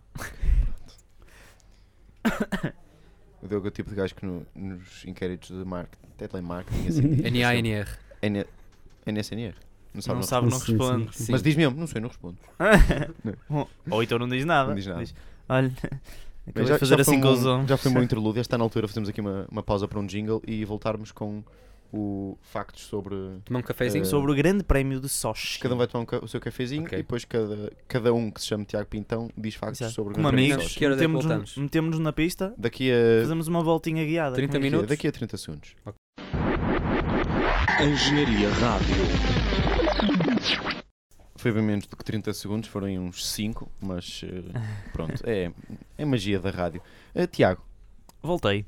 [SPEAKER 1] O Diogo é o tipo de gajo que no- nos inquéritos de marketing, telemarketing, assim,
[SPEAKER 5] NANR.
[SPEAKER 1] N- NSNR. é Não sabe, não
[SPEAKER 4] Não sabe, não
[SPEAKER 3] Sim, sim,
[SPEAKER 4] responde.
[SPEAKER 3] sim.
[SPEAKER 1] Mas diz mesmo, não sei, não respondo.
[SPEAKER 4] Ou então não diz nada.
[SPEAKER 1] Não diz nada.
[SPEAKER 4] Olha, acabei
[SPEAKER 1] já,
[SPEAKER 4] de fazer
[SPEAKER 1] já foi
[SPEAKER 4] assim com
[SPEAKER 1] um-
[SPEAKER 4] os homens.
[SPEAKER 1] Já foi um bom interlúdio. Está na altura fazemos aqui uma, uma pausa para um jingle e voltarmos com o factos sobre.
[SPEAKER 5] Tomar um cafezinho?
[SPEAKER 1] Eh,
[SPEAKER 4] Sobre o grande prémio de Sochi.
[SPEAKER 1] Cada um vai tomar um ca- o seu cafezinho
[SPEAKER 5] Ok.
[SPEAKER 1] e depois cada, cada um que se chama Tiago Pintão diz factos
[SPEAKER 4] Exato. Um
[SPEAKER 1] sobre o
[SPEAKER 4] é. Como
[SPEAKER 1] Grande Prémio de Sochi.
[SPEAKER 4] amigos,
[SPEAKER 1] Eh,
[SPEAKER 5] Que hora é que voltamos?
[SPEAKER 4] metemos-nos metemos na pista,
[SPEAKER 1] Daqui a,
[SPEAKER 4] fazemos uma voltinha guiada.
[SPEAKER 5] 30
[SPEAKER 4] Como é que
[SPEAKER 1] daqui, a,
[SPEAKER 5] minutos?
[SPEAKER 1] daqui a 30 segundos.
[SPEAKER 8] Engenharia Rádio.
[SPEAKER 1] Foi bem menos do que 30 segundos, foram aí uns 5, mas eh, pronto, é, é magia da rádio. Eh, Tiago,
[SPEAKER 4] é? Voltei.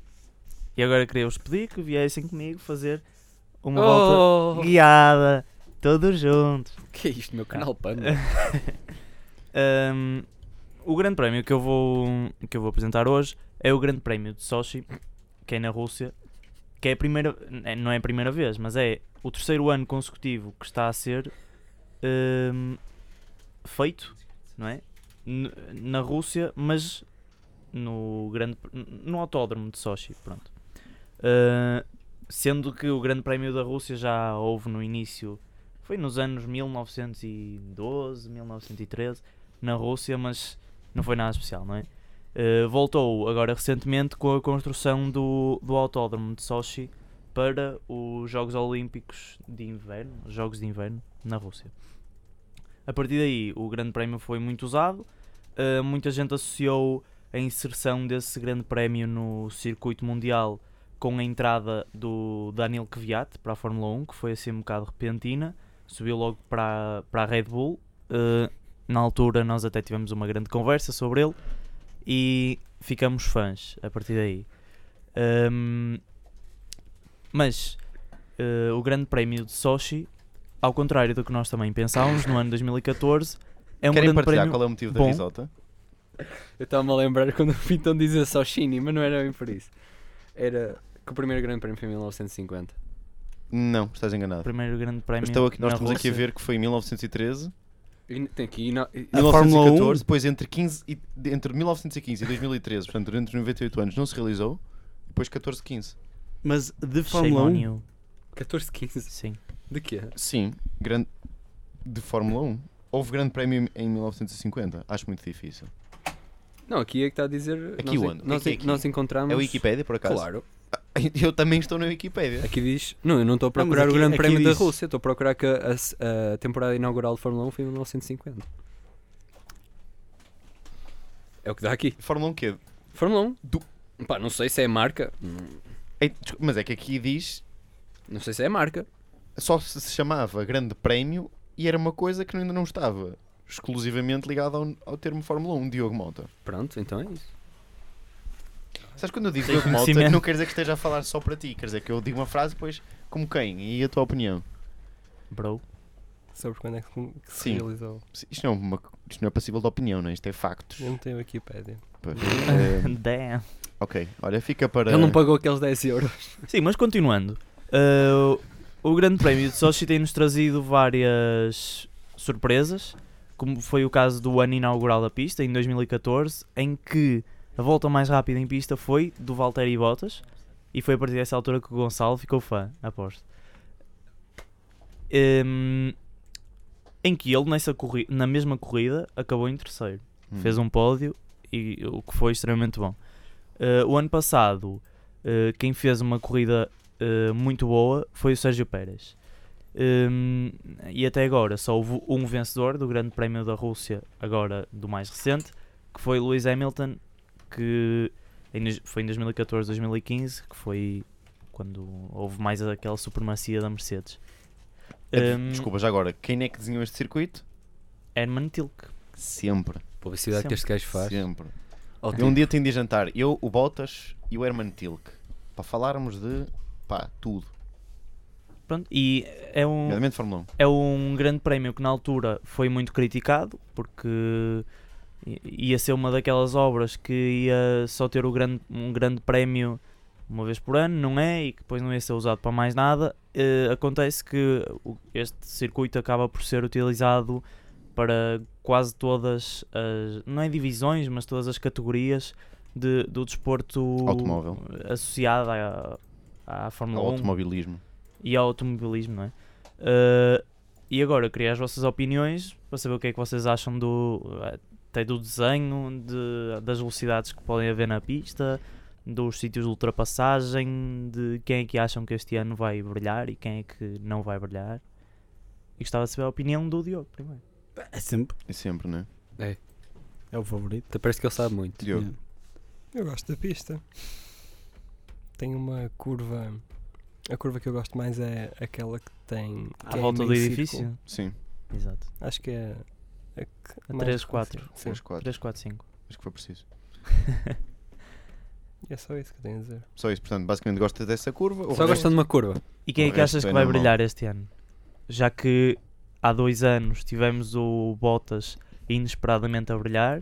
[SPEAKER 4] E agora queria-vos pedir que viessem comigo fazer uma volta
[SPEAKER 5] Oh,
[SPEAKER 4] guiada, todos juntos.
[SPEAKER 5] que é
[SPEAKER 1] ah.
[SPEAKER 5] isto, meu canal panda?
[SPEAKER 4] Ahm, o grande prémio que eu, vou, que eu vou apresentar hoje é o grande prémio de Sochi, que é na Rússia, que é a primeira, é- não é a primeira vez, mas é o terceiro ano consecutivo que está a ser ahm, feito, não é? N- na Rússia, mas no grande no autódromo de Sochi, pronto. Ah, sendo que o grande prémio da Rússia já houve no início, foi nos anos 1912, 1913 na Rússia, mas não foi nada especial, não é? Eh, voltou agora recentemente com a construção do, do autódromo de Sochi para os Jogos Olímpicos de Inverno, Jogos de Inverno, na Rússia. A partir daí, o Grande Prémio foi muito usado, eh, muita gente associou a inserção desse Grande Prémio no circuito mundial com a entrada do Daniel Kvyat para a Fórmula 1, que foi assim um bocado repentina, subiu logo para, para a Red Bull. eh, na altura nós até tivemos uma grande conversa sobre ele e ficamos fãs a partir daí. Ahm, mas eh, o Grande Prémio de Sochi, ao contrário do que nós também pensávamos no ano 2014, é um
[SPEAKER 1] querem
[SPEAKER 4] grande
[SPEAKER 1] partilhar
[SPEAKER 4] prémio.
[SPEAKER 1] qual é o motivo da
[SPEAKER 4] bom.
[SPEAKER 1] risota?
[SPEAKER 5] Eu estava-me a lembrar quando o Pintão dizia Sochini, mas não era bem por isso. Era que o primeiro Grande Prémio foi em 1950.
[SPEAKER 1] Não, estás
[SPEAKER 4] O
[SPEAKER 1] enganado.
[SPEAKER 4] primeiro Grande Prémio.
[SPEAKER 1] Estou aqui, nós
[SPEAKER 4] na
[SPEAKER 1] estamos aqui a
[SPEAKER 4] Rússia.
[SPEAKER 1] ver que foi em 1913,
[SPEAKER 5] E Tem aqui. e não- e-
[SPEAKER 1] Ah.
[SPEAKER 3] A Fórmula 1?
[SPEAKER 1] 1914, depois entre, 15 e, de- entre 1915 e 2013, portanto, durante 98 anos, não se realizou, depois 14, 15.
[SPEAKER 3] Mas de
[SPEAKER 4] Shame
[SPEAKER 3] Fórmula
[SPEAKER 4] on
[SPEAKER 3] 1,
[SPEAKER 4] you.
[SPEAKER 5] 14, 15.
[SPEAKER 4] Sim.
[SPEAKER 5] De quê?
[SPEAKER 1] Sim, grande, de Fórmula 1. Houve Grande Prémio em 1950, acho muito difícil.
[SPEAKER 5] Não, aqui é que está a dizer.
[SPEAKER 1] Aqui
[SPEAKER 5] nós,
[SPEAKER 1] onde?
[SPEAKER 5] Nós,
[SPEAKER 1] Aqui, aqui.
[SPEAKER 5] nós encontramos.
[SPEAKER 1] É a Wikipédia, por acaso? Ah,
[SPEAKER 5] Claro.
[SPEAKER 1] Eu também estou na Wikipédia.
[SPEAKER 5] Aqui diz. Não, eu não estou a
[SPEAKER 3] Não, mas
[SPEAKER 5] procurar
[SPEAKER 3] aqui-
[SPEAKER 5] o Grande
[SPEAKER 3] aqui
[SPEAKER 5] Prémio
[SPEAKER 3] diz-
[SPEAKER 5] da Rússia, estou a procurar que a, a- a temporada inaugural de Fórmula 1 foi em 1950. É o que dá aqui.
[SPEAKER 1] Fórmula 1 quê?
[SPEAKER 5] Fórmula 1.
[SPEAKER 1] Do-
[SPEAKER 5] Pá, não sei se é marca.
[SPEAKER 1] Ei, desculpa, mas é que aqui diz
[SPEAKER 5] Não sei se é marca.
[SPEAKER 1] só se se chamava Grande Prémio e era uma coisa que ainda não estava exclusivamente ligada ao, ao termo Fórmula 1, Diogo Mota.
[SPEAKER 5] Pronto, então é isso.
[SPEAKER 1] Sabes quando eu digo
[SPEAKER 4] Tem
[SPEAKER 1] Diogo Mota,
[SPEAKER 4] conhecimento.
[SPEAKER 1] não quer dizer que esteja a falar só para ti, quer dizer que eu digo uma frase depois como quem e a tua opinião.
[SPEAKER 4] Bro.
[SPEAKER 6] sobre quando é que se- que se
[SPEAKER 1] Sim.
[SPEAKER 6] realizou.
[SPEAKER 1] Isto não, é uma, isto não é passível de opinião, não é? Isto é factos.
[SPEAKER 6] Eu não tenho Wikipédia.
[SPEAKER 1] Pois. Eh,
[SPEAKER 4] Damn.
[SPEAKER 1] ok, olha, fica para.
[SPEAKER 5] Ele não pagou aqueles 10 euros.
[SPEAKER 4] Sim, mas continuando. Uh, o Grande Prémio de Sochi tem-nos trazido várias surpresas, como foi o caso do ano inaugural da pista, em 2014, em que a volta mais rápida em pista foi do Valtteri Bottas, e foi a partir dessa altura que o Gonçalo ficou fã, aposto. Hum, em que ele, nessa corri- na mesma corrida, acabou em terceiro
[SPEAKER 1] Hum.
[SPEAKER 4] fez um pódio e o que foi extremamente bom. Eh, o ano passado, eh, quem fez uma corrida eh, muito boa foi o Sérgio Pérez. Hum, e até agora só houve um vencedor do Grande Prémio da Rússia, agora do mais recente, que foi Lewis Hamilton, que em dois- foi em 2014, 2015, que foi quando houve mais aquela supremacia da Mercedes.
[SPEAKER 1] Eh,
[SPEAKER 4] Hum,
[SPEAKER 1] Desculpa, já agora, quem é que desenhou este circuito?
[SPEAKER 4] Herman Tilke.
[SPEAKER 1] Sempre.
[SPEAKER 5] Publicidade que
[SPEAKER 4] Sempre.
[SPEAKER 5] este gajo faz.
[SPEAKER 1] Sempre.
[SPEAKER 5] Ó,
[SPEAKER 1] Um dia tem de jantar eu, o Bottas e o Herman Tilke para falarmos de pá, tudo,
[SPEAKER 4] Pronto, e é um,
[SPEAKER 1] nomeadamente Fórmula 1.
[SPEAKER 4] É um grande prémio que na altura foi muito criticado porque i- ia ser uma daquelas obras que ia só ter o grande, um grande prémio uma vez por ano, não é? E que depois não ia ser usado para mais nada. Eh, acontece que o- este circuito acaba por ser utilizado para quase todas as, não é divisões, mas todas as categorias de- do desporto
[SPEAKER 1] Automóvel.
[SPEAKER 4] associado à, à Fórmula
[SPEAKER 1] Ao
[SPEAKER 4] 1
[SPEAKER 1] automobilismo.
[SPEAKER 4] e ao automobilismo, não é? Ah, e agora, queria as vossas opiniões para saber o que é que vocês acham do, eh, até do desenho, de, das velocidades que podem haver na pista, dos sítios de ultrapassagem, de quem é que acham que este ano vai brilhar e quem é que não vai brilhar. E gostava de saber a opinião do Diogo primeiro.
[SPEAKER 3] É sempre.
[SPEAKER 1] É sempre, né?
[SPEAKER 3] É o favorito.
[SPEAKER 5] Até
[SPEAKER 3] É.
[SPEAKER 5] Então parece que ele sabe muito.
[SPEAKER 1] Diogo.
[SPEAKER 3] Yeah.
[SPEAKER 6] Eu gosto da pista. Tem uma curva. A curva que eu gosto mais é aquela que tem.
[SPEAKER 4] À
[SPEAKER 6] que é
[SPEAKER 4] Ah, volta
[SPEAKER 6] meio
[SPEAKER 4] do
[SPEAKER 6] círculo.
[SPEAKER 4] edifício?
[SPEAKER 1] Sim,
[SPEAKER 4] Exato.
[SPEAKER 6] Acho que é. A, que
[SPEAKER 4] A
[SPEAKER 6] mais
[SPEAKER 4] 3, 4.
[SPEAKER 6] conhecida. Sim,
[SPEAKER 1] os quatro.
[SPEAKER 4] 3, 4, 5.
[SPEAKER 1] Acho que foi preciso.
[SPEAKER 6] é só isso que eu tenho a dizer.
[SPEAKER 1] Só isso, portanto, basicamente gosta dessa curva. o
[SPEAKER 5] Só
[SPEAKER 1] resto-
[SPEAKER 5] gosta de uma curva.
[SPEAKER 4] E quem
[SPEAKER 1] O
[SPEAKER 4] é que
[SPEAKER 1] resto
[SPEAKER 4] achas
[SPEAKER 1] é
[SPEAKER 4] que vai
[SPEAKER 1] normal.
[SPEAKER 4] brilhar este ano? Já que há dois anos tivemos o Bottas inesperadamente a brilhar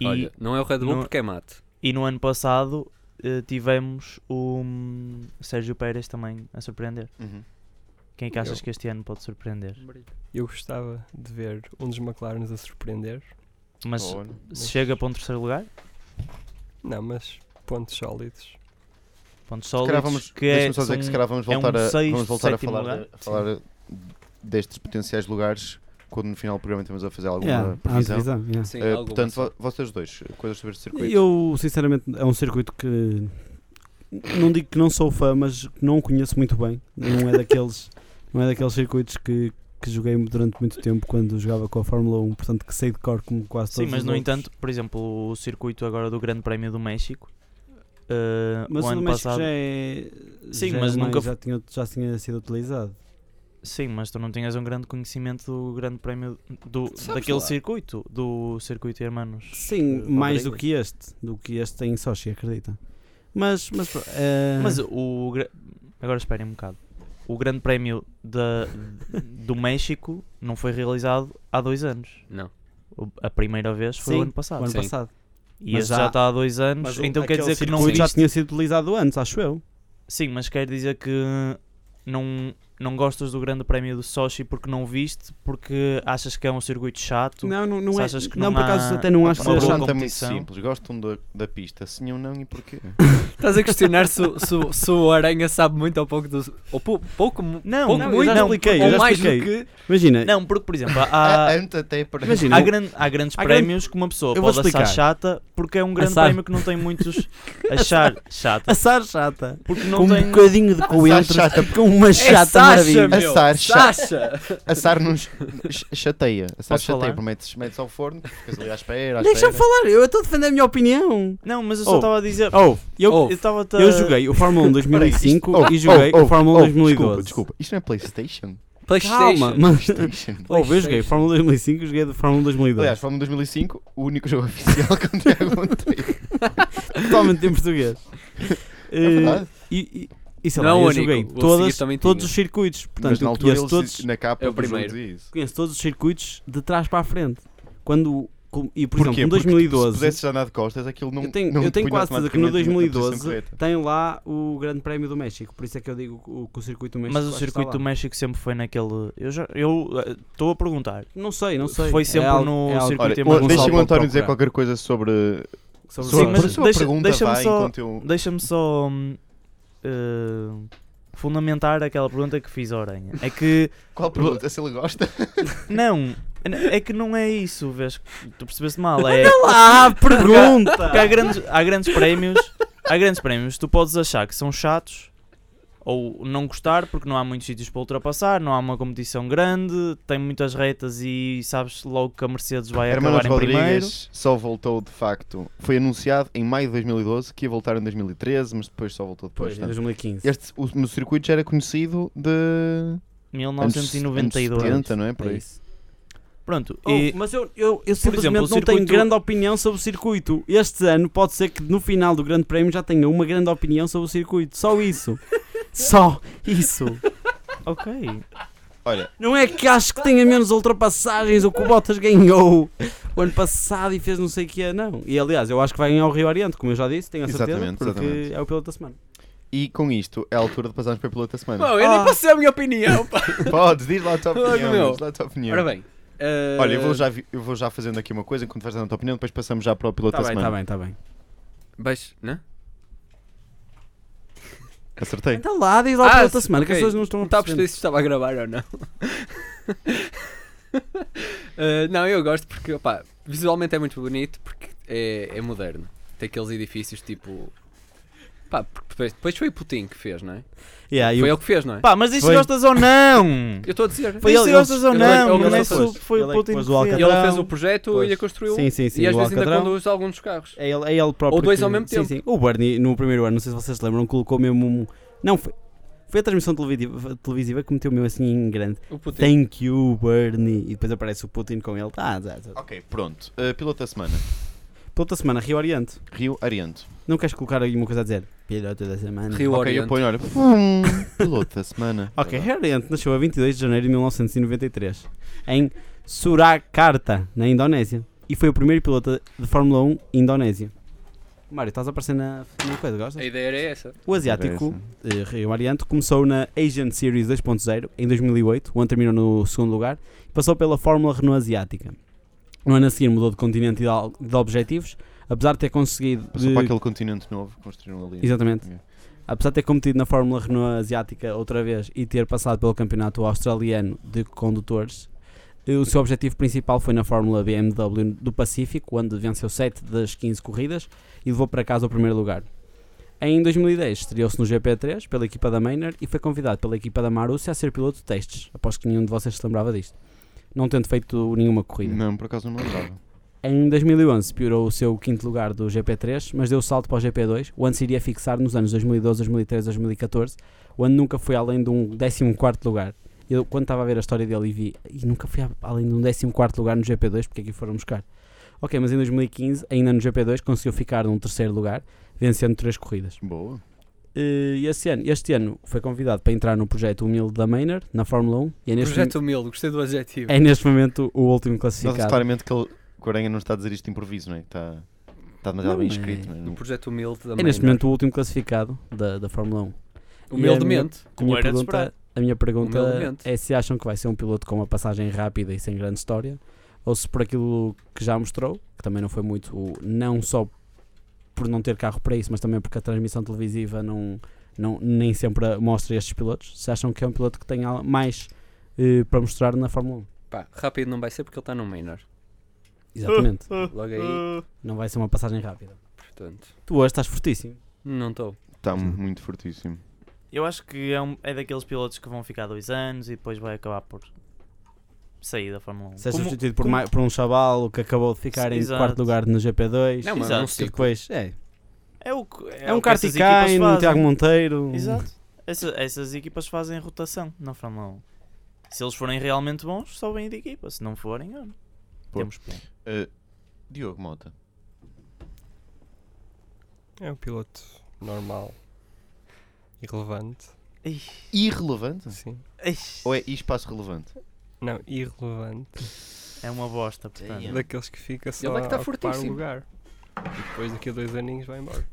[SPEAKER 4] e,
[SPEAKER 5] Olha, não é o Red Bull
[SPEAKER 4] não-
[SPEAKER 5] porque é mate.
[SPEAKER 4] e no ano passado eh, tivemos o hum, Sérgio Pérez também a surpreender.
[SPEAKER 1] Uhum.
[SPEAKER 4] Quem é que achas
[SPEAKER 6] Eu.
[SPEAKER 4] que este ano pode surpreender?
[SPEAKER 6] Eu gostava de ver um dos McLarens a surpreender.
[SPEAKER 4] Mas
[SPEAKER 1] Olha.
[SPEAKER 4] se chega para um terceiro lugar,
[SPEAKER 6] Não, mas pontos sólidos.
[SPEAKER 4] pontos
[SPEAKER 1] Se calhar
[SPEAKER 4] sólidos,
[SPEAKER 1] vamos,
[SPEAKER 4] que é,
[SPEAKER 1] deixa-me só dizer que se
[SPEAKER 4] são-
[SPEAKER 1] calhar vamos
[SPEAKER 4] é um
[SPEAKER 1] voltar, a,
[SPEAKER 4] sexto,
[SPEAKER 1] vamos voltar a
[SPEAKER 4] sétimo
[SPEAKER 1] falar,
[SPEAKER 4] lugar.
[SPEAKER 1] a falar destes potenciais lugares quando no final do programa temos a fazer alguma
[SPEAKER 3] Yeah, há
[SPEAKER 1] previsão.
[SPEAKER 3] antevisão, yeah.
[SPEAKER 5] Sim,
[SPEAKER 1] Eh,
[SPEAKER 5] alguma.
[SPEAKER 1] portanto, vo- vocês dois, coisas sobre este circuito.
[SPEAKER 3] Eu, sinceramente, é um circuito que não digo que não sou fã, mas que não conheço muito bem. Não é daqueles, não é daqueles circuitos que, que joguei durante muito tempo quando jogava com a Fórmula 1, portanto que sei de cor como quase
[SPEAKER 4] Sim,
[SPEAKER 3] todos
[SPEAKER 4] mas
[SPEAKER 3] os
[SPEAKER 4] no
[SPEAKER 3] outros.
[SPEAKER 4] entanto, por exemplo, o circuito agora do Grande Prémio do México. eh,
[SPEAKER 3] mas
[SPEAKER 4] o
[SPEAKER 3] o
[SPEAKER 4] ano
[SPEAKER 3] do México
[SPEAKER 4] passado
[SPEAKER 3] já é.
[SPEAKER 4] Sim,
[SPEAKER 3] já é
[SPEAKER 4] mas
[SPEAKER 3] mais-
[SPEAKER 4] nunca
[SPEAKER 3] já tinha, já tinha sido utilizado.
[SPEAKER 4] Sim, mas tu não tinhas um grande conhecimento do grande prémio do,
[SPEAKER 5] Sabes
[SPEAKER 4] daquele
[SPEAKER 5] lá.
[SPEAKER 4] circuito, do circuito Hermanos.
[SPEAKER 3] Sim,
[SPEAKER 4] eh,
[SPEAKER 3] mais do
[SPEAKER 4] Rodrigues.
[SPEAKER 3] que este, do que este em Sochi, acredita. Mas, mas, pô, eh,
[SPEAKER 4] Mas o gra- agora esperem um bocado. O grande prémio da, do México não foi realizado há dois anos.
[SPEAKER 5] Não.
[SPEAKER 4] O- A primeira vez foi
[SPEAKER 3] Sim,
[SPEAKER 4] o ano passado.
[SPEAKER 3] o ano
[SPEAKER 5] sim.
[SPEAKER 3] passado.
[SPEAKER 4] E
[SPEAKER 3] Mas
[SPEAKER 4] este
[SPEAKER 3] há-
[SPEAKER 4] já está há dois anos,
[SPEAKER 3] Mas o-
[SPEAKER 1] é
[SPEAKER 4] então quer
[SPEAKER 3] aquele
[SPEAKER 4] dizer que não
[SPEAKER 3] circuito já
[SPEAKER 4] existe-
[SPEAKER 3] tinha sido utilizado antes, acho eu.
[SPEAKER 4] Sim, mas quer dizer que não, não gostas do grande prémio do Sochi porque não viste, porque achas que é um circuito chato.
[SPEAKER 3] Não, não, não
[SPEAKER 4] se
[SPEAKER 3] é.
[SPEAKER 4] achas que
[SPEAKER 3] não,
[SPEAKER 4] não
[SPEAKER 3] por
[SPEAKER 4] há-
[SPEAKER 3] acaso até não acho que
[SPEAKER 1] Uma
[SPEAKER 3] seja
[SPEAKER 4] Sobre
[SPEAKER 1] pergunta
[SPEAKER 4] a
[SPEAKER 3] chato.
[SPEAKER 1] muito
[SPEAKER 4] competição.
[SPEAKER 1] simples. Gostam da, da pista? Sim ou não e porquê?
[SPEAKER 5] Estás a questionar se, o- se o- se o Aranha sabe muito ou pouco do. Ou pou- pouco. mu-
[SPEAKER 4] Não,
[SPEAKER 5] pouco
[SPEAKER 4] não, eu
[SPEAKER 5] muito,
[SPEAKER 4] já expliquei,
[SPEAKER 5] ou
[SPEAKER 3] eu já
[SPEAKER 5] mais
[SPEAKER 3] expliquei.
[SPEAKER 5] do que.
[SPEAKER 3] Imagina,
[SPEAKER 4] Não, porque, por exemplo,
[SPEAKER 3] É,
[SPEAKER 4] há,
[SPEAKER 1] Antes Ah, é até para...
[SPEAKER 3] Ah, imagina
[SPEAKER 4] Há,
[SPEAKER 3] eu-
[SPEAKER 4] gran- há grandes
[SPEAKER 3] há grande-
[SPEAKER 4] prémios que uma pessoa
[SPEAKER 3] Eu vou
[SPEAKER 4] pode achar
[SPEAKER 3] explicar.
[SPEAKER 4] chata porque é um grande
[SPEAKER 5] Assar.
[SPEAKER 4] prémio que não tem muitos achar chata.
[SPEAKER 3] assar chata.
[SPEAKER 4] Porque
[SPEAKER 3] com
[SPEAKER 4] não
[SPEAKER 3] um
[SPEAKER 4] tem.
[SPEAKER 3] bocadinho de coentro, tá
[SPEAKER 1] chata.
[SPEAKER 3] com uma chata
[SPEAKER 5] Sasha,
[SPEAKER 3] maravilha.
[SPEAKER 5] meu,
[SPEAKER 1] Assar, cha-
[SPEAKER 5] Sasha!
[SPEAKER 1] Assar nos ch- chateia. Assar
[SPEAKER 4] Posso
[SPEAKER 1] chateia.
[SPEAKER 4] falar?
[SPEAKER 1] porque Metes, metes ao forno, ficas ali à espera. À
[SPEAKER 3] Deixa-me
[SPEAKER 1] espera.
[SPEAKER 3] falar, eu estou a defender a minha opinião.
[SPEAKER 4] Não, mas eu
[SPEAKER 3] Oh.
[SPEAKER 4] só estava a dizer.
[SPEAKER 3] Oh,
[SPEAKER 5] Oh,
[SPEAKER 3] eu,
[SPEAKER 4] Eu estava a-
[SPEAKER 3] eu joguei o Fórmula 1
[SPEAKER 1] Espera aí, isto-
[SPEAKER 3] 2005
[SPEAKER 1] oh,
[SPEAKER 3] e joguei
[SPEAKER 1] oh,
[SPEAKER 3] o Fórmula
[SPEAKER 1] oh,
[SPEAKER 3] 2012.
[SPEAKER 1] Desculpa, desculpa. Isto não é PlayStation?
[SPEAKER 5] PlayStation!
[SPEAKER 3] Calma, mas.
[SPEAKER 1] PlayStation.
[SPEAKER 3] Oh, eu joguei Fórmula 2005 e joguei do Fórmula 2012.
[SPEAKER 1] Aliás, Fórmula 2005, o único jogo oficial que o Tiago Monteiro.
[SPEAKER 3] totalmente em português.
[SPEAKER 1] É verdade.
[SPEAKER 3] e, e- e E sei
[SPEAKER 5] Não é
[SPEAKER 3] lá,
[SPEAKER 5] o
[SPEAKER 3] eu
[SPEAKER 5] único,
[SPEAKER 3] joguei
[SPEAKER 5] o a seguir
[SPEAKER 3] todas,
[SPEAKER 5] também
[SPEAKER 3] todos
[SPEAKER 5] tinha.
[SPEAKER 4] né?
[SPEAKER 3] os circuitos.
[SPEAKER 1] Mas
[SPEAKER 3] Portanto,
[SPEAKER 1] na
[SPEAKER 3] eu
[SPEAKER 1] altura
[SPEAKER 3] conheço
[SPEAKER 1] eles
[SPEAKER 3] todos,
[SPEAKER 1] na capa
[SPEAKER 5] É o
[SPEAKER 1] do jogo
[SPEAKER 5] primeiro.
[SPEAKER 1] dizia isso.
[SPEAKER 3] conheço todos os circuitos de trás para a frente. Quando, com- e por
[SPEAKER 1] Porquê?
[SPEAKER 3] exemplo,
[SPEAKER 1] Porque
[SPEAKER 3] no
[SPEAKER 1] tipo,
[SPEAKER 3] 2012.
[SPEAKER 1] Se pudesses andar de costas, aquilo não
[SPEAKER 3] eu tenho,
[SPEAKER 1] não
[SPEAKER 3] eu tenho
[SPEAKER 1] punha
[SPEAKER 3] quase certeza que no
[SPEAKER 1] automaticamente na
[SPEAKER 3] 2012
[SPEAKER 1] posição correta.
[SPEAKER 3] tem lá o Grande Prémio do México, por isso é que eu digo que o, que o circuito do México.
[SPEAKER 4] Mas o
[SPEAKER 3] acho que está
[SPEAKER 4] circuito do
[SPEAKER 3] lá.
[SPEAKER 4] México sempre foi naquele. Eu já- eu eh, estou a perguntar.
[SPEAKER 3] Não sei, não sei. É
[SPEAKER 4] Foi sempre
[SPEAKER 3] algo-
[SPEAKER 4] no
[SPEAKER 3] algo-
[SPEAKER 4] circuito
[SPEAKER 1] Olha,
[SPEAKER 4] tem mais um
[SPEAKER 1] deixa
[SPEAKER 4] salto
[SPEAKER 1] o
[SPEAKER 4] ao
[SPEAKER 1] António dizer
[SPEAKER 4] procurar.
[SPEAKER 1] qualquer coisa sobre,
[SPEAKER 3] sobre
[SPEAKER 1] sobre
[SPEAKER 3] o-
[SPEAKER 1] a
[SPEAKER 4] mas-
[SPEAKER 1] sua
[SPEAKER 4] deixa-
[SPEAKER 1] pergunta,
[SPEAKER 4] deixa-me
[SPEAKER 1] vá,
[SPEAKER 4] só-
[SPEAKER 1] enquanto eu...
[SPEAKER 4] Deixa-me só hum, eh, fundamentar aquela pergunta que fiz à Orenha. É que.
[SPEAKER 1] Qual pergunta? Se ele gosta?
[SPEAKER 4] Não! É que não é isso, vês? Tu percebeste mal. É
[SPEAKER 3] Ah, pergunta!
[SPEAKER 4] que há grandes, há grandes prémios. Há grandes prémios. Tu podes achar que são chatos ou não gostar porque não há muitos sítios para ultrapassar, não há uma competição grande, tem muitas retas e sabes logo que a Mercedes vai
[SPEAKER 1] Hermanos
[SPEAKER 4] acabar em primeiro.
[SPEAKER 1] Rodrigues só voltou de facto. Foi anunciado em maio de 2012 que ia voltar em 2013, mas depois só voltou depois.
[SPEAKER 3] Pois, em
[SPEAKER 1] portanto.
[SPEAKER 3] 2015.
[SPEAKER 1] este, o, no circuito já era conhecido de anos- anos
[SPEAKER 4] 1992.
[SPEAKER 1] 70, não é? Por
[SPEAKER 3] É
[SPEAKER 1] aí.
[SPEAKER 3] isso.
[SPEAKER 4] Pronto,
[SPEAKER 3] Oh,
[SPEAKER 4] e
[SPEAKER 3] mas eu, eu, eu simplesmente
[SPEAKER 4] exemplo, o
[SPEAKER 3] não tenho
[SPEAKER 4] circuito-
[SPEAKER 3] grande opinião sobre o circuito. Este ano pode ser que no final do Grande Prémio já tenha uma grande opinião sobre o circuito. Só isso. Só isso.
[SPEAKER 4] ok.
[SPEAKER 1] Olha,
[SPEAKER 3] Não é que acho que tenha menos ultrapassagens ou que o Bottas ganhou o ano passado e fez não sei o que é, não. E aliás, eu acho que vai ganhar o Rio Oriente, como eu já disse, tenho a certeza,
[SPEAKER 1] Exatamente,
[SPEAKER 3] porque
[SPEAKER 1] exatamente.
[SPEAKER 3] é o piloto da semana.
[SPEAKER 1] e com isto é a altura de passarmos para a piloto da semana.
[SPEAKER 5] Bom, eu
[SPEAKER 3] Ah.
[SPEAKER 5] nem passei a minha opinião, pá.
[SPEAKER 1] Podes, diz lá a tua
[SPEAKER 5] Olha,
[SPEAKER 1] opinião.
[SPEAKER 5] meu.
[SPEAKER 1] diz lá a tua opinião.
[SPEAKER 5] Ora bem. eh,
[SPEAKER 1] Olha, eu vou, já, vi- eu vou já fazendo aqui uma coisa enquanto vais dando a tua opinião, depois passamos já para o piloto
[SPEAKER 3] Está
[SPEAKER 1] da
[SPEAKER 3] bem, está
[SPEAKER 1] semana.
[SPEAKER 3] bem, está bem.
[SPEAKER 5] Baixo, né?
[SPEAKER 1] Acertei.
[SPEAKER 3] Então lá, diz lá o
[SPEAKER 5] Ah,
[SPEAKER 3] piloto da
[SPEAKER 5] se-
[SPEAKER 3] semana, que as
[SPEAKER 5] ok.
[SPEAKER 3] pessoas não estão
[SPEAKER 5] Não
[SPEAKER 3] Tá
[SPEAKER 5] está
[SPEAKER 3] a
[SPEAKER 5] a perceber
[SPEAKER 3] perceber.
[SPEAKER 5] se estava a gravar ou não. Eh, não, eu gosto porque, opá, visualmente é muito bonito porque é, é moderno. Tem aqueles edifícios tipo. Pá, porque depois- depois foi Putin que fez, não é?
[SPEAKER 3] Yeah, e o-
[SPEAKER 5] Foi ele que fez, não é?
[SPEAKER 4] Pá, mas isso
[SPEAKER 1] Foi.
[SPEAKER 4] gostas ou não?
[SPEAKER 5] Eu estou a dizer.
[SPEAKER 4] Foi
[SPEAKER 3] Ele-
[SPEAKER 4] isso
[SPEAKER 3] ele-
[SPEAKER 4] gostas ou
[SPEAKER 5] ele-
[SPEAKER 4] não?
[SPEAKER 5] ele-
[SPEAKER 4] não é
[SPEAKER 5] ele-
[SPEAKER 4] só- foi
[SPEAKER 3] ele-
[SPEAKER 4] o Putin
[SPEAKER 3] ele-
[SPEAKER 4] que fez.
[SPEAKER 5] E ele fez o projeto
[SPEAKER 3] Pois.
[SPEAKER 5] e a construiu.
[SPEAKER 3] Sim, sim, sim.
[SPEAKER 5] e às
[SPEAKER 3] o
[SPEAKER 5] vezes ainda
[SPEAKER 3] Alcatrão.
[SPEAKER 5] conduz alguns dos carros.
[SPEAKER 3] É ele, é ele próprio.
[SPEAKER 5] Ou dois
[SPEAKER 3] que-
[SPEAKER 5] ao mesmo
[SPEAKER 3] sim,
[SPEAKER 5] tempo.
[SPEAKER 3] Sim. O Bernie, no primeiro ano, não sei se vocês se lembram, colocou mesmo um. Não, foi, foi a transmissão televisiva, televisiva que meteu mesmo assim em grande.
[SPEAKER 5] O Putin.
[SPEAKER 3] Thank you, Bernie. E depois aparece o Putin com ele. Ah, já, já.
[SPEAKER 1] Ok, pronto. Uh, piloto da semana.
[SPEAKER 3] Pela outra semana, Rio Oriente.
[SPEAKER 1] Rio Ariante.
[SPEAKER 3] Não queres colocar alguma coisa a dizer? Piloto da semana.
[SPEAKER 5] Rio
[SPEAKER 1] ok,
[SPEAKER 5] Oriente.
[SPEAKER 1] eu ponho, olha. pum, piloto da semana.
[SPEAKER 3] Ok, é Rio Oriente nasceu a 22 de janeiro de 1993 em Surakarta, na Indonésia. E foi o primeiro piloto de Fórmula 1 Indonésia. Mário, estás a aparecer na, na coisa, gostas?
[SPEAKER 5] A ideia era essa.
[SPEAKER 3] O asiático, eh, Rio Ariante, começou na Asian Series 2.0 em 2008, onde terminou no segundo lugar, e passou pela Fórmula Renault Asiática. No ano a seguir mudou de continente e de, al- de objetivos, apesar de ter conseguido...
[SPEAKER 1] Passou
[SPEAKER 3] de-
[SPEAKER 1] para aquele continente novo, construíram ali.
[SPEAKER 3] Exatamente.
[SPEAKER 1] Yeah.
[SPEAKER 3] Apesar de ter competido na Fórmula Renault Asiática outra vez e ter passado pelo campeonato australiano de condutores, eh, o seu objetivo principal foi na Fórmula BMW do Pacífico, onde venceu 7 das 15 corridas e levou para casa o primeiro lugar. Em 2010, estreou-se no GP3 pela equipa da Maynard e foi convidado pela equipa da Marussia a ser piloto de testes. Após que nenhum de vocês se lembrava disto, não tendo feito nenhuma corrida.
[SPEAKER 1] Não, por acaso não me lembrava.
[SPEAKER 3] Em 2011 piorou o seu quinto lugar do GP3, mas deu o salto para o GP2, onde se iria fixar nos anos 2012, 2013, 2014, onde nunca foi além de um 14º lugar. Eu, quando estava a ver a história dele e vi, e nunca fui a- além de um 14º lugar no GP2, porque é que o foram buscar? Ok, mas em 2015, ainda no GP2, conseguiu ficar num terceiro lugar, vencendo três corridas.
[SPEAKER 1] Boa.
[SPEAKER 3] E este ano, este ano foi convidado para entrar no projeto humilde da Maynard, na Fórmula 1, e é neste,
[SPEAKER 5] Projeto humilde, gostei do adjetivo.
[SPEAKER 3] é neste momento o último
[SPEAKER 1] Nota-se
[SPEAKER 3] classificado.
[SPEAKER 1] claramente que ele, que o Aranha não está a dizer isto de improviso, não é? Está, está demasiado
[SPEAKER 3] Não,
[SPEAKER 1] bem
[SPEAKER 3] é-
[SPEAKER 1] escrito. Mas
[SPEAKER 5] No
[SPEAKER 1] não...
[SPEAKER 5] projeto humilde da
[SPEAKER 3] É neste
[SPEAKER 5] Maynard.
[SPEAKER 3] momento o último classificado da, da Fórmula 1.
[SPEAKER 5] Humildemente.
[SPEAKER 3] A minha
[SPEAKER 4] Como era de
[SPEAKER 3] pergunta,
[SPEAKER 4] esperar.
[SPEAKER 3] a minha pergunta
[SPEAKER 5] Humildemente.
[SPEAKER 3] é se acham que vai ser um piloto com uma passagem rápida e sem grande história, ou se por aquilo que já mostrou, que também não foi muito, o- não só por não ter carro para isso, mas também porque a transmissão televisiva não, não, nem sempre mostra estes pilotos, se acham que é um piloto que tem al- mais eh, para mostrar na Fórmula 1.
[SPEAKER 5] Pá, rápido não vai ser porque ele está no Maynard.
[SPEAKER 3] Exatamente.
[SPEAKER 5] Logo aí,
[SPEAKER 3] Não vai ser uma passagem rápida.
[SPEAKER 5] portanto.
[SPEAKER 3] Tu hoje estás fortíssimo.
[SPEAKER 5] Não estou.
[SPEAKER 1] Está muito fortíssimo.
[SPEAKER 4] Eu acho que é, um- é daqueles pilotos que vão ficar dois anos e depois vai acabar por sair da Fórmula 1.
[SPEAKER 3] Ser
[SPEAKER 4] Como-
[SPEAKER 3] é substituído por,
[SPEAKER 4] como-
[SPEAKER 3] mai- por um chavalo que acabou de ficar em
[SPEAKER 4] Exato.
[SPEAKER 3] quarto lugar no GP2.
[SPEAKER 5] Não, mas um tipo não
[SPEAKER 4] Exato.
[SPEAKER 3] E
[SPEAKER 5] sei.
[SPEAKER 3] depois, é,
[SPEAKER 4] É, o, que- é
[SPEAKER 3] É um
[SPEAKER 4] o que essas
[SPEAKER 3] Carticain,
[SPEAKER 4] equipas
[SPEAKER 3] um
[SPEAKER 4] fazem.
[SPEAKER 3] Tiago Monteiro.
[SPEAKER 4] Exato. Essa- essas equipas fazem rotação na Fórmula 1. Se eles forem realmente bons, sobem de equipa. Se não forem, olha,
[SPEAKER 1] Pô.
[SPEAKER 4] temos plano.
[SPEAKER 1] Eh, Diogo Mota.
[SPEAKER 6] É um piloto normal. Irrelevante.
[SPEAKER 4] Ai,
[SPEAKER 1] Irrelevante?
[SPEAKER 6] Sim.
[SPEAKER 4] ai,
[SPEAKER 1] Ou é e espaço relevante?
[SPEAKER 6] Não, irrelevante.
[SPEAKER 4] É uma bosta, portanto.
[SPEAKER 1] Damn.
[SPEAKER 6] Daqueles que fica só
[SPEAKER 5] Ele é que tá
[SPEAKER 6] a ocupar o
[SPEAKER 5] fortíssimo.
[SPEAKER 6] lugar. E depois daqui a dois aninhos vai embora.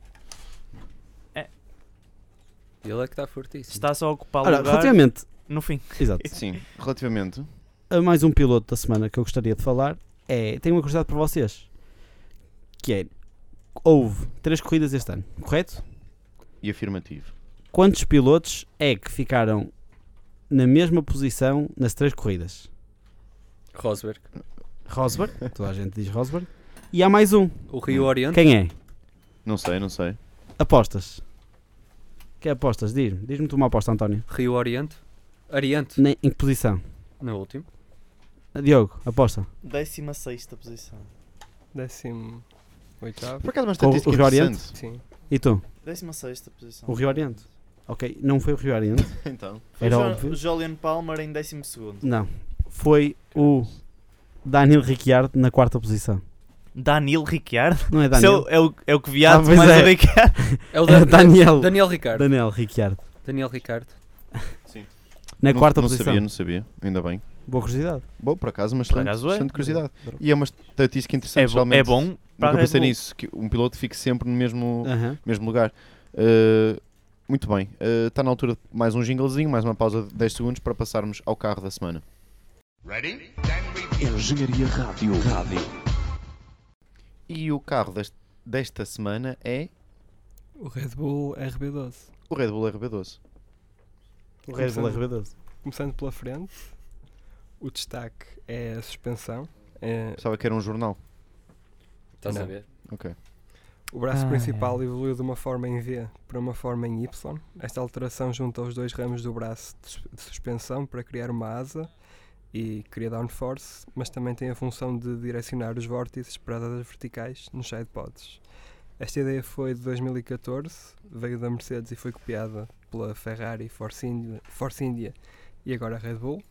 [SPEAKER 5] Ele é que está fortíssimo.
[SPEAKER 4] Está só a ocupar
[SPEAKER 3] Ora,
[SPEAKER 4] lugar
[SPEAKER 3] relativamente,
[SPEAKER 4] no fim.
[SPEAKER 3] exato,
[SPEAKER 1] Sim, relativamente.
[SPEAKER 3] a mais um piloto da semana que eu gostaria de falar é. Tenho uma curiosidade para vocês. Que é. Houve três corridas este ano, correto?
[SPEAKER 1] E afirmativo.
[SPEAKER 3] Quantos pilotos é que ficaram na mesma posição nas três corridas?
[SPEAKER 5] Rosberg.
[SPEAKER 3] Rosberg, toda a gente diz Rosberg. E há mais um.
[SPEAKER 5] O Rio Oriente.
[SPEAKER 3] Quem é?
[SPEAKER 1] Não sei, não sei.
[SPEAKER 3] Apostas. Que apostas? Diz-me. Diz-me tu uma aposta, António.
[SPEAKER 5] Rio Oriente. Oriente.
[SPEAKER 3] Ne- Em que posição?
[SPEAKER 5] No último.
[SPEAKER 3] Diogo, aposta.
[SPEAKER 4] 16 posição.
[SPEAKER 6] Décimo oitavo.
[SPEAKER 1] Por acaso, uma estatística
[SPEAKER 3] o Rio Oriente?
[SPEAKER 1] interessante.
[SPEAKER 6] Sim.
[SPEAKER 3] E tu?
[SPEAKER 4] 16 posição.
[SPEAKER 3] O Rio Oriente. Ok, não foi o Rio Oriente.
[SPEAKER 1] Então,
[SPEAKER 4] Foi
[SPEAKER 3] Era
[SPEAKER 4] Jo-
[SPEAKER 3] óbvio.
[SPEAKER 4] Julian Palmer em 12.
[SPEAKER 3] Não. Foi o Daniel Ricciardo na quarta posição.
[SPEAKER 4] Danilo Ricciardo?
[SPEAKER 3] Não é
[SPEAKER 4] Isso é
[SPEAKER 3] Daniel?
[SPEAKER 4] o- é, o, é o que viado
[SPEAKER 3] Ah, pois
[SPEAKER 4] mais
[SPEAKER 3] é.
[SPEAKER 4] o Ricciardo.
[SPEAKER 5] É o
[SPEAKER 3] É
[SPEAKER 5] Dan-
[SPEAKER 3] Daniel.
[SPEAKER 5] Daniel Ricardo.
[SPEAKER 3] Daniel Ricciardo.
[SPEAKER 5] Daniel Ricardo.
[SPEAKER 3] Na
[SPEAKER 1] não,
[SPEAKER 3] quarta
[SPEAKER 1] não
[SPEAKER 3] posição.
[SPEAKER 1] sabia, não sabia. Ainda bem.
[SPEAKER 3] Boa curiosidade.
[SPEAKER 1] Bom, por acaso, uma excelente,
[SPEAKER 4] acaso é.
[SPEAKER 1] excelente curiosidade. E é uma estatística interessante.
[SPEAKER 4] É, bo-
[SPEAKER 1] geralmente,
[SPEAKER 4] é bom para
[SPEAKER 1] Nunca
[SPEAKER 4] a Red
[SPEAKER 1] pensei
[SPEAKER 4] Bull.
[SPEAKER 1] nisso, que um piloto fique sempre no mesmo,
[SPEAKER 3] Aham.
[SPEAKER 1] mesmo lugar. Uh, muito bem. Uh, Está na altura de mais um jinglezinho, mais uma pausa de 10 segundos para passarmos ao carro da semana.
[SPEAKER 2] Ready? Then repeat.
[SPEAKER 8] Engenharia Rádio. Rádio.
[SPEAKER 1] E o carro dest- desta semana é
[SPEAKER 6] O Red Bull RB12.
[SPEAKER 1] o Red Bull RB12.
[SPEAKER 3] O Red Bull é rebeldoso.
[SPEAKER 6] Começando pela frente, o destaque é a suspensão. É,
[SPEAKER 1] Pensava que era um jornal.
[SPEAKER 5] Estás Tá a
[SPEAKER 6] Não.
[SPEAKER 5] ver?
[SPEAKER 6] o braço
[SPEAKER 4] Ah,
[SPEAKER 6] principal evoluiu de uma forma em V para uma forma em Y. Esta alteração junta os dois ramos do braço de sus- de suspensão para criar uma asa e cria downforce, mas também tem a função de direcionar os vórtices para as asas verticais nos sidepods. Esta ideia foi de 2014, veio da Mercedes e foi copiada pela Ferrari, Force India, Force India e agora a Red Bull.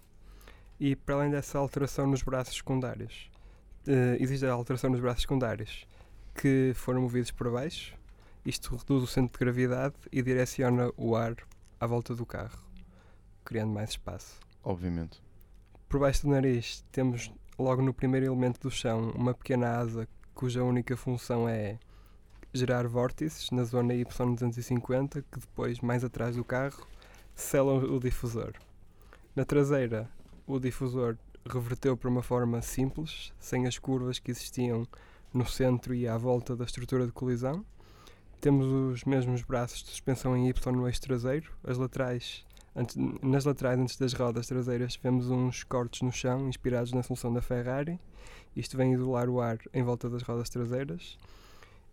[SPEAKER 6] E para além dessa alteração nos braços secundários, eh, existe a alteração nos braços secundários que foram movidos para baixo. Isto reduz o centro de gravidade e direciona o ar à volta do carro, criando mais espaço.
[SPEAKER 1] Obviamente.
[SPEAKER 6] Por baixo do nariz temos logo no primeiro elemento do chão uma pequena asa cuja única função é gerar vórtices na zona Y250 que depois mais atrás do carro selam o difusor. Na traseira o difusor reverteu para uma forma simples, sem as curvas que existiam no centro e à volta da estrutura de colisão. Temos os mesmos braços de suspensão em Y no eixo traseiro, as laterais Antes- nas laterais, antes das rodas traseiras, tivemos uns cortes no chão inspirados na solução da Ferrari. Isto vem isolar o ar em volta das rodas traseiras.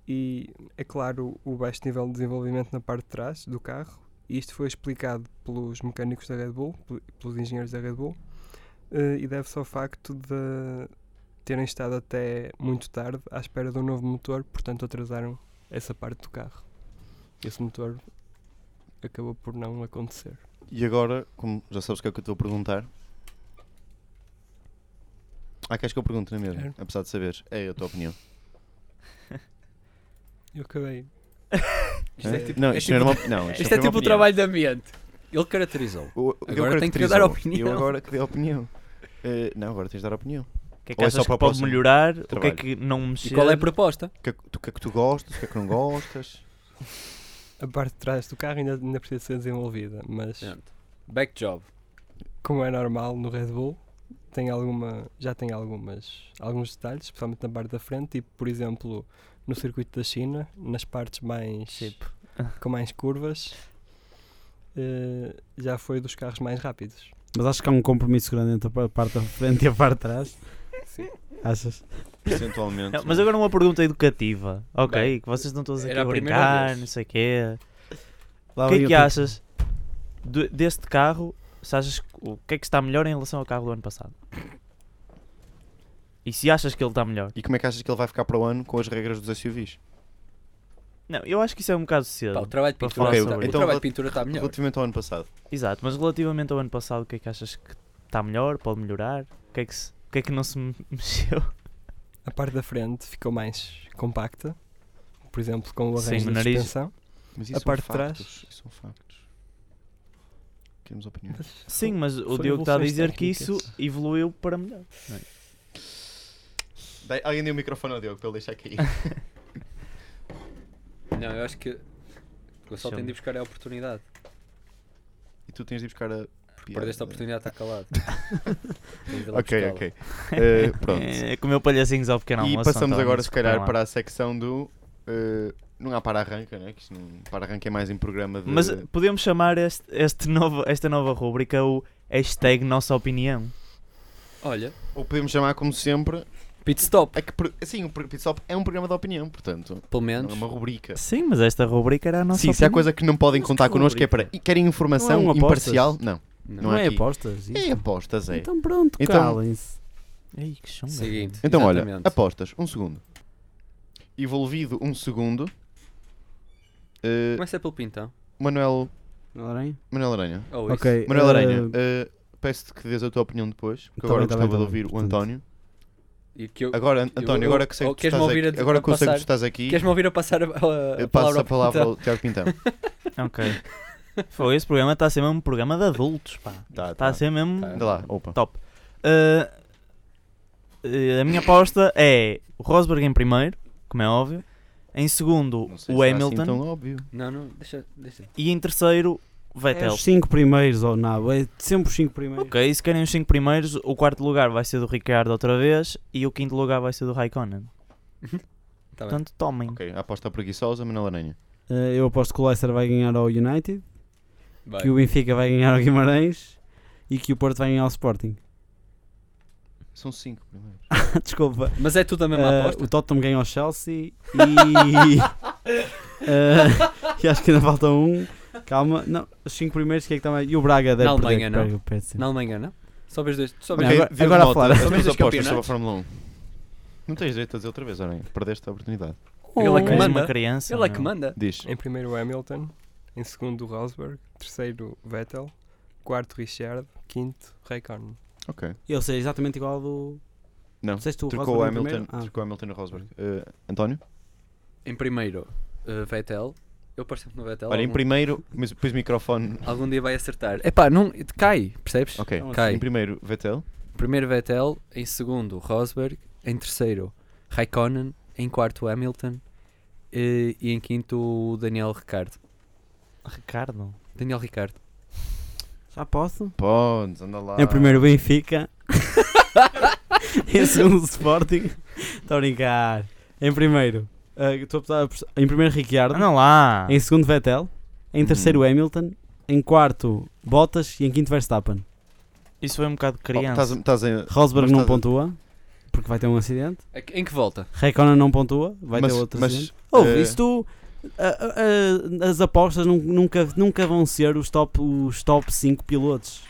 [SPEAKER 6] E, é claro, o baixo nível de desenvolvimento na parte de trás do carro. E isto foi explicado pelos mecânicos da Red Bull, pel- pelos engenheiros da Red Bull, eh, e deve-se ao facto de terem estado até muito tarde à espera de um novo motor, portanto atrasaram essa parte do carro. Esse motor acabou por não acontecer.
[SPEAKER 1] E agora, como já sabes o que é que eu estou a perguntar. Ah, queres que eu pergunte, não é mesmo?
[SPEAKER 6] Claro.
[SPEAKER 1] Apesar de saberes. É a tua opinião.
[SPEAKER 6] Eu acabei. Eh,
[SPEAKER 5] Isto é
[SPEAKER 1] Hã?
[SPEAKER 5] tipo-
[SPEAKER 1] não,
[SPEAKER 5] é
[SPEAKER 1] isto
[SPEAKER 5] tipo-
[SPEAKER 1] não era uma, não, isto
[SPEAKER 5] Isto é
[SPEAKER 1] não era uma
[SPEAKER 5] tipo o
[SPEAKER 1] opinião.
[SPEAKER 5] trabalho de ambiente. Ele caracterizou.
[SPEAKER 1] O- o eu
[SPEAKER 5] Agora tenho que
[SPEAKER 1] caracterizo.
[SPEAKER 5] dar opinião.
[SPEAKER 1] Eu agora que dei a opinião. Eh, não, agora tens de dar a opinião.
[SPEAKER 4] O que é que
[SPEAKER 1] Ou é só
[SPEAKER 4] achas
[SPEAKER 1] para
[SPEAKER 4] que
[SPEAKER 1] a
[SPEAKER 4] pode
[SPEAKER 1] próxima?
[SPEAKER 4] melhorar? O que é
[SPEAKER 1] Trabalho.
[SPEAKER 4] que não
[SPEAKER 5] E
[SPEAKER 4] mexer?
[SPEAKER 5] qual é a proposta?
[SPEAKER 1] O que, é que- do que é que tu gostas, o que é que não gostas?
[SPEAKER 6] A parte de trás do carro ainda, ainda precisa ser desenvolvida, mas
[SPEAKER 5] Back job.
[SPEAKER 6] como é normal no Red Bull, tem alguma, já tem algumas, alguns detalhes, especialmente na parte da frente, tipo, por exemplo, no circuito da China, nas partes mais
[SPEAKER 4] Tipo.
[SPEAKER 6] com mais curvas, eh, já foi dos carros mais rápidos.
[SPEAKER 3] Mas acho que há um compromisso grande entre a parte da frente e a parte de trás.
[SPEAKER 6] Sim.
[SPEAKER 3] Achas?
[SPEAKER 1] Percentualmente.
[SPEAKER 4] Não, mas agora uma pergunta educativa, ok?
[SPEAKER 5] Bem,
[SPEAKER 4] que vocês não estão aqui
[SPEAKER 5] era
[SPEAKER 4] a
[SPEAKER 5] a primeira
[SPEAKER 4] brincar,
[SPEAKER 5] vez.
[SPEAKER 4] não sei o quê.
[SPEAKER 3] Lá
[SPEAKER 4] o que
[SPEAKER 3] vem
[SPEAKER 4] é que
[SPEAKER 3] outro-
[SPEAKER 4] achas do- deste carro? Se achas que- o que é que está melhor em relação ao carro do ano passado? E se achas que ele está melhor?
[SPEAKER 1] E como é que achas que ele vai ficar para o ano com as regras dos SUVs?
[SPEAKER 4] Não, eu acho que isso é um bocado cedo.
[SPEAKER 5] Pá, o trabalho de
[SPEAKER 4] Para
[SPEAKER 5] pintura
[SPEAKER 4] falar
[SPEAKER 5] está-
[SPEAKER 1] Então, sobre
[SPEAKER 5] o
[SPEAKER 1] isso. Então,
[SPEAKER 5] trabalho de pintura está melhor.
[SPEAKER 1] Relativamente ao ano passado.
[SPEAKER 4] Exato, mas relativamente ao ano passado, o que é que achas que está melhor? Pode melhorar? O que é que, se- o que, é que não se me- mexeu?
[SPEAKER 6] A parte da frente ficou mais compacta, por exemplo, com o
[SPEAKER 4] Sim,
[SPEAKER 6] arranjo
[SPEAKER 4] no
[SPEAKER 6] da
[SPEAKER 4] nariz.
[SPEAKER 6] suspensão.
[SPEAKER 1] Mas
[SPEAKER 6] A
[SPEAKER 1] isso são
[SPEAKER 6] parte de
[SPEAKER 1] factos.
[SPEAKER 6] trás?
[SPEAKER 1] Isso são factos. temos opiniões.
[SPEAKER 4] Sim, mas o
[SPEAKER 6] Foi
[SPEAKER 4] Diogo está a
[SPEAKER 6] evoluções
[SPEAKER 4] dizer que isso
[SPEAKER 6] técnicas.
[SPEAKER 4] evoluiu para melhor.
[SPEAKER 1] Dai- alguém deu o microfone ao Diogo para ele deixar cair.
[SPEAKER 5] Não, eu acho que o Gonçalo tem de ir buscar a oportunidade.
[SPEAKER 1] e tu tens de ir buscar a. piada.
[SPEAKER 5] Perdeste a oportunidade, está calado. Tem de ir lá
[SPEAKER 1] Ok,
[SPEAKER 5] buscá-la.
[SPEAKER 1] ok. Eh, pronto.
[SPEAKER 4] É, comeu palhacinhos ao
[SPEAKER 1] e
[SPEAKER 4] pequeno almoço. então,
[SPEAKER 1] passamos
[SPEAKER 4] António,
[SPEAKER 1] agora, se
[SPEAKER 4] desculpem
[SPEAKER 1] calhar,
[SPEAKER 4] lá.
[SPEAKER 1] para a secção do. eh, não há para-arranca, né? Que isto não, para-arranca é mais em programa de.
[SPEAKER 4] Mas podemos chamar este, este novo, esta nova rubrica o hashtag Nossa Opinião.
[SPEAKER 5] Olha,
[SPEAKER 1] Ou podemos chamar, como sempre.
[SPEAKER 5] pit stop,
[SPEAKER 1] É que, pro- sim, o pro- Pit Stop é um programa de opinião, portanto.
[SPEAKER 5] pelo
[SPEAKER 1] Não
[SPEAKER 5] menos.
[SPEAKER 1] é uma rubrica.
[SPEAKER 4] Sim, mas esta rubrica era a nossa
[SPEAKER 1] Sim, se há
[SPEAKER 4] opinião.
[SPEAKER 1] coisa que não podem contar connosco é para. e Querem informação
[SPEAKER 3] Não é um
[SPEAKER 1] imparcial?
[SPEAKER 3] apostas.
[SPEAKER 1] Não.
[SPEAKER 5] Não.
[SPEAKER 1] Não
[SPEAKER 3] Não é
[SPEAKER 1] aqui.
[SPEAKER 3] apostas?
[SPEAKER 1] É
[SPEAKER 3] isso?
[SPEAKER 1] apostas, é.
[SPEAKER 3] Então pronto,
[SPEAKER 1] Então-
[SPEAKER 3] calem-se.
[SPEAKER 4] Ei, que chunga.
[SPEAKER 5] Seguinte.
[SPEAKER 1] Então, olha,
[SPEAKER 5] exatamente.
[SPEAKER 1] apostas, um segundo. Envolvido um segundo. Eh,
[SPEAKER 5] Começa pelo pintão.
[SPEAKER 1] Manuel,
[SPEAKER 3] Lorém?
[SPEAKER 1] Manuel Aranha.
[SPEAKER 5] Ou isso.
[SPEAKER 3] Ok.
[SPEAKER 1] Manuel
[SPEAKER 3] eh,
[SPEAKER 1] Aranha, eh, peço-te que dês a tua opinião depois, porque
[SPEAKER 3] Tá
[SPEAKER 1] agora
[SPEAKER 3] bem, tá
[SPEAKER 1] gostava
[SPEAKER 3] bem, tá
[SPEAKER 1] de
[SPEAKER 3] bem,
[SPEAKER 1] ouvir o
[SPEAKER 3] portanto.
[SPEAKER 1] António.
[SPEAKER 5] E que eu-
[SPEAKER 1] Agora, An-
[SPEAKER 5] eu-
[SPEAKER 1] António,
[SPEAKER 5] eu-
[SPEAKER 1] agora que sei
[SPEAKER 5] oh,
[SPEAKER 1] que tu
[SPEAKER 5] queres-me
[SPEAKER 1] estás
[SPEAKER 5] ouvir
[SPEAKER 1] aqui,
[SPEAKER 5] a-
[SPEAKER 1] agora
[SPEAKER 5] a
[SPEAKER 1] que eu sei que tu
[SPEAKER 5] passar?
[SPEAKER 1] estás aqui,
[SPEAKER 5] Queres-me ouvir a passar a, a,
[SPEAKER 1] eh,
[SPEAKER 5] a
[SPEAKER 1] passo
[SPEAKER 5] palavra Então.
[SPEAKER 1] a palavra
[SPEAKER 5] ao
[SPEAKER 1] ao Tiago Pintão.
[SPEAKER 4] Ok. Foi, esse programa está a ser mesmo um programa de adultos, pá.
[SPEAKER 1] Tá,
[SPEAKER 4] Está a ser mesmo.
[SPEAKER 5] Tá.
[SPEAKER 1] Anda lá, opa.
[SPEAKER 4] Top. Uh, uh, a minha aposta é o Rosberg em primeiro, como é óbvio. Em segundo,
[SPEAKER 1] Não sei
[SPEAKER 4] o
[SPEAKER 1] se é assim
[SPEAKER 4] Hamilton.
[SPEAKER 1] tão óbvio.
[SPEAKER 5] Não, não, deixa. deixa.
[SPEAKER 4] E em terceiro,
[SPEAKER 3] É
[SPEAKER 4] Vettel.
[SPEAKER 3] os 5 primeiros ou nada, é sempre os 5 primeiros.
[SPEAKER 4] ok, se querem os cinco primeiros, o quarto lugar vai ser do Ricardo outra vez e o quinto lugar vai ser do Raikkonen.
[SPEAKER 5] Tá bem.
[SPEAKER 4] Portanto, tomem.
[SPEAKER 1] Ok, aposta preguiçosa, Manuel Aranha.
[SPEAKER 3] Eh, eu aposto que o Leicester vai ganhar ao United,
[SPEAKER 5] Vai.
[SPEAKER 3] que o Benfica vai ganhar ao Guimarães e que o Porto vai ganhar ao Sporting.
[SPEAKER 1] São cinco primeiro.
[SPEAKER 3] Desculpa.
[SPEAKER 5] Mas é tudo a mesma
[SPEAKER 3] Eh,
[SPEAKER 5] aposta.
[SPEAKER 3] o Tottenham ganha ao Chelsea e. Eh, e acho que ainda falta um. Calma, não, os 5 primeiros, que é que está mais? E o Braga deve
[SPEAKER 5] Na Alemanha,
[SPEAKER 3] perder,
[SPEAKER 5] não?
[SPEAKER 3] perde- perde sempre.
[SPEAKER 5] Na Alemanha, não? Só vês dois. Só
[SPEAKER 3] Não,
[SPEAKER 5] vês
[SPEAKER 3] agora-
[SPEAKER 1] Diogo
[SPEAKER 3] agora a
[SPEAKER 1] Mota,
[SPEAKER 3] falar.
[SPEAKER 1] as tuas
[SPEAKER 5] Mas dos
[SPEAKER 1] apostas
[SPEAKER 5] campeonatos?
[SPEAKER 1] sobre a Fórmula 1. Não tens direito a dizer outra vez, Aranha. Perdeste a oportunidade.
[SPEAKER 5] Ele é
[SPEAKER 4] Tu
[SPEAKER 5] que
[SPEAKER 4] és
[SPEAKER 5] manda.
[SPEAKER 4] uma criança.
[SPEAKER 5] Ele é que
[SPEAKER 4] meu.
[SPEAKER 5] manda.
[SPEAKER 1] Diz.
[SPEAKER 6] Em primeiro o Hamilton, em segundo o Rosberg, terceiro o Vettel, quarto Richard, quinto Raikkonen.
[SPEAKER 1] Ok.
[SPEAKER 3] Eu sei exatamente igual ao do.
[SPEAKER 1] Não.
[SPEAKER 3] Disseste o
[SPEAKER 1] Trocou o
[SPEAKER 3] Rosberg em
[SPEAKER 1] Hamilton,
[SPEAKER 3] primeiro? Ah.
[SPEAKER 1] trocou o Hamilton no Rosberg. Eh, António?
[SPEAKER 5] Em primeiro, eh, Vettel. Eu paro sempre no Vettel.
[SPEAKER 1] Olha, em
[SPEAKER 5] algum-
[SPEAKER 1] primeiro, mas depois o microfone.
[SPEAKER 5] Algum dia vai acertar. Epá, não, cai, percebes?
[SPEAKER 1] Ok.
[SPEAKER 3] Então,
[SPEAKER 5] Cai.
[SPEAKER 1] Em primeiro, Vettel.
[SPEAKER 5] Primeiro Vettel, em segundo Rosberg, em terceiro Raikkonen, em quarto Hamilton eh, e em quinto o Daniel Ricardo.
[SPEAKER 4] Ricardo.
[SPEAKER 5] Daniel Ricardo.
[SPEAKER 3] Já posso?
[SPEAKER 1] Podes, anda lá.
[SPEAKER 3] Em primeiro, É o Benfica. em segundo, o Sporting. Estou a brincar. Em primeiro, eh, estou a apostar- apostar- em primeiro, Ricciardo.
[SPEAKER 4] Anda
[SPEAKER 1] Ah.
[SPEAKER 4] lá.
[SPEAKER 3] Em segundo, Vettel. Em terceiro,
[SPEAKER 1] Hum.
[SPEAKER 3] Hamilton. Em quarto, Bottas. E em quinto, Verstappen.
[SPEAKER 4] Isso foi um bocado de
[SPEAKER 1] Oh, estás-
[SPEAKER 4] criança.
[SPEAKER 1] estás em-
[SPEAKER 3] Rosberg
[SPEAKER 1] Mas
[SPEAKER 3] um, não
[SPEAKER 1] estás a-
[SPEAKER 3] pontua, porque vai ter um acidente.
[SPEAKER 5] A- Em que volta?
[SPEAKER 3] Raikkonen não pontua, vai
[SPEAKER 1] mas,
[SPEAKER 3] ter outro
[SPEAKER 1] mas,
[SPEAKER 3] acidente. Ouve,
[SPEAKER 1] eh,
[SPEAKER 3] isso tu... a- a- a- as apostas nun- nunca, nunca vão ser os top, os top 5 pilotos.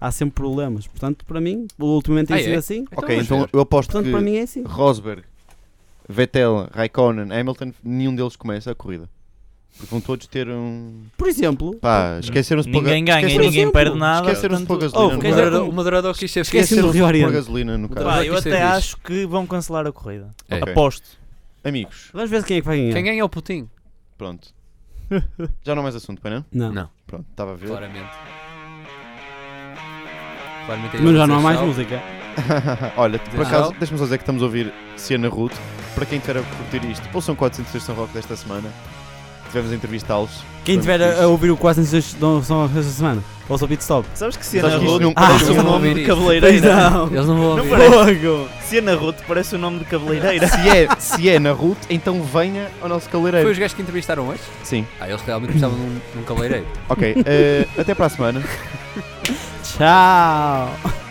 [SPEAKER 3] Há sempre problemas. Portanto, para mim, ultimamente tem
[SPEAKER 5] Ah,
[SPEAKER 3] sido
[SPEAKER 5] é?
[SPEAKER 3] assim.
[SPEAKER 1] Ok,
[SPEAKER 5] vamos
[SPEAKER 1] então
[SPEAKER 5] ver.
[SPEAKER 1] eu aposto
[SPEAKER 3] Portanto, para
[SPEAKER 1] que
[SPEAKER 3] mim é assim.
[SPEAKER 1] Rosberg, Vettel, Raikkonen, Hamilton, nenhum deles começa a corrida. Porque vão todos ter um.
[SPEAKER 3] Por exemplo,
[SPEAKER 1] Pá, esqueceram-se de pôr
[SPEAKER 4] Ninguém
[SPEAKER 1] ga-
[SPEAKER 4] ganha,
[SPEAKER 1] esqueceram-se-
[SPEAKER 4] ninguém
[SPEAKER 3] exemplo,
[SPEAKER 4] perde nada.
[SPEAKER 1] Esqueceram-se de pôr
[SPEAKER 4] portanto-
[SPEAKER 1] gasolina
[SPEAKER 3] Oh,
[SPEAKER 1] no
[SPEAKER 3] quer
[SPEAKER 5] O
[SPEAKER 3] dizer,
[SPEAKER 1] carro.
[SPEAKER 5] moderador, o moderador quis ser
[SPEAKER 3] esquece-
[SPEAKER 5] esquece.
[SPEAKER 1] Esqueceram-se
[SPEAKER 3] esquecemos do
[SPEAKER 1] de
[SPEAKER 3] Rio
[SPEAKER 1] pôr
[SPEAKER 3] Oriente.
[SPEAKER 1] gasolina no
[SPEAKER 4] Pá,
[SPEAKER 1] carro.
[SPEAKER 5] Vai,
[SPEAKER 4] eu
[SPEAKER 5] que
[SPEAKER 4] até
[SPEAKER 5] ser fixe.
[SPEAKER 4] acho que vão cancelar a corrida.
[SPEAKER 5] É.
[SPEAKER 4] Aposto.
[SPEAKER 1] Amigos,
[SPEAKER 3] vamos ver quem é que vai ganhar.
[SPEAKER 5] Quem ganha é o Putin.
[SPEAKER 1] pronto. Já não é mais assunto, pai não?
[SPEAKER 3] Não.
[SPEAKER 5] Não.
[SPEAKER 1] Pronto, estava a ver.
[SPEAKER 5] Claramente. Claramente é
[SPEAKER 3] Mas
[SPEAKER 5] ele
[SPEAKER 3] já
[SPEAKER 5] a
[SPEAKER 3] não há
[SPEAKER 5] dizer
[SPEAKER 3] mais
[SPEAKER 5] tchau.
[SPEAKER 3] música.
[SPEAKER 1] Olha, por
[SPEAKER 5] Tchau.
[SPEAKER 1] acaso, deixa-me só dizer que estamos a ouvir Siena Ruth. Para quem tiver a curtir isto, ouçam 400 São Rock desta semana. Tivemos a entrevistá-los.
[SPEAKER 3] Quem
[SPEAKER 1] Foi
[SPEAKER 3] tiver
[SPEAKER 1] muito
[SPEAKER 3] a, a ouvir o quase antes são esta semana, ouça o pit stop.
[SPEAKER 4] Sabes que
[SPEAKER 1] Sabes
[SPEAKER 4] Siena
[SPEAKER 1] que isto
[SPEAKER 4] Ruth
[SPEAKER 1] não
[SPEAKER 4] parece
[SPEAKER 1] parece
[SPEAKER 4] um
[SPEAKER 5] um
[SPEAKER 4] nome
[SPEAKER 5] nome
[SPEAKER 4] de
[SPEAKER 5] disto.
[SPEAKER 4] cabeleireira?
[SPEAKER 5] Eles não vão
[SPEAKER 4] Não
[SPEAKER 5] ouvir.
[SPEAKER 4] parece. Siena Ruth parece um nome de cabeleireira.
[SPEAKER 1] Se é, se é na Ruth, então venha ao nosso
[SPEAKER 5] Foi
[SPEAKER 1] cabeleireiro.
[SPEAKER 5] os gajos que entrevistaram hoje?
[SPEAKER 1] Sim,
[SPEAKER 5] Ah, eles realmente precisavam de um, de um cabeleireiro.
[SPEAKER 1] ok. eh, até para a semana.
[SPEAKER 3] Tchau!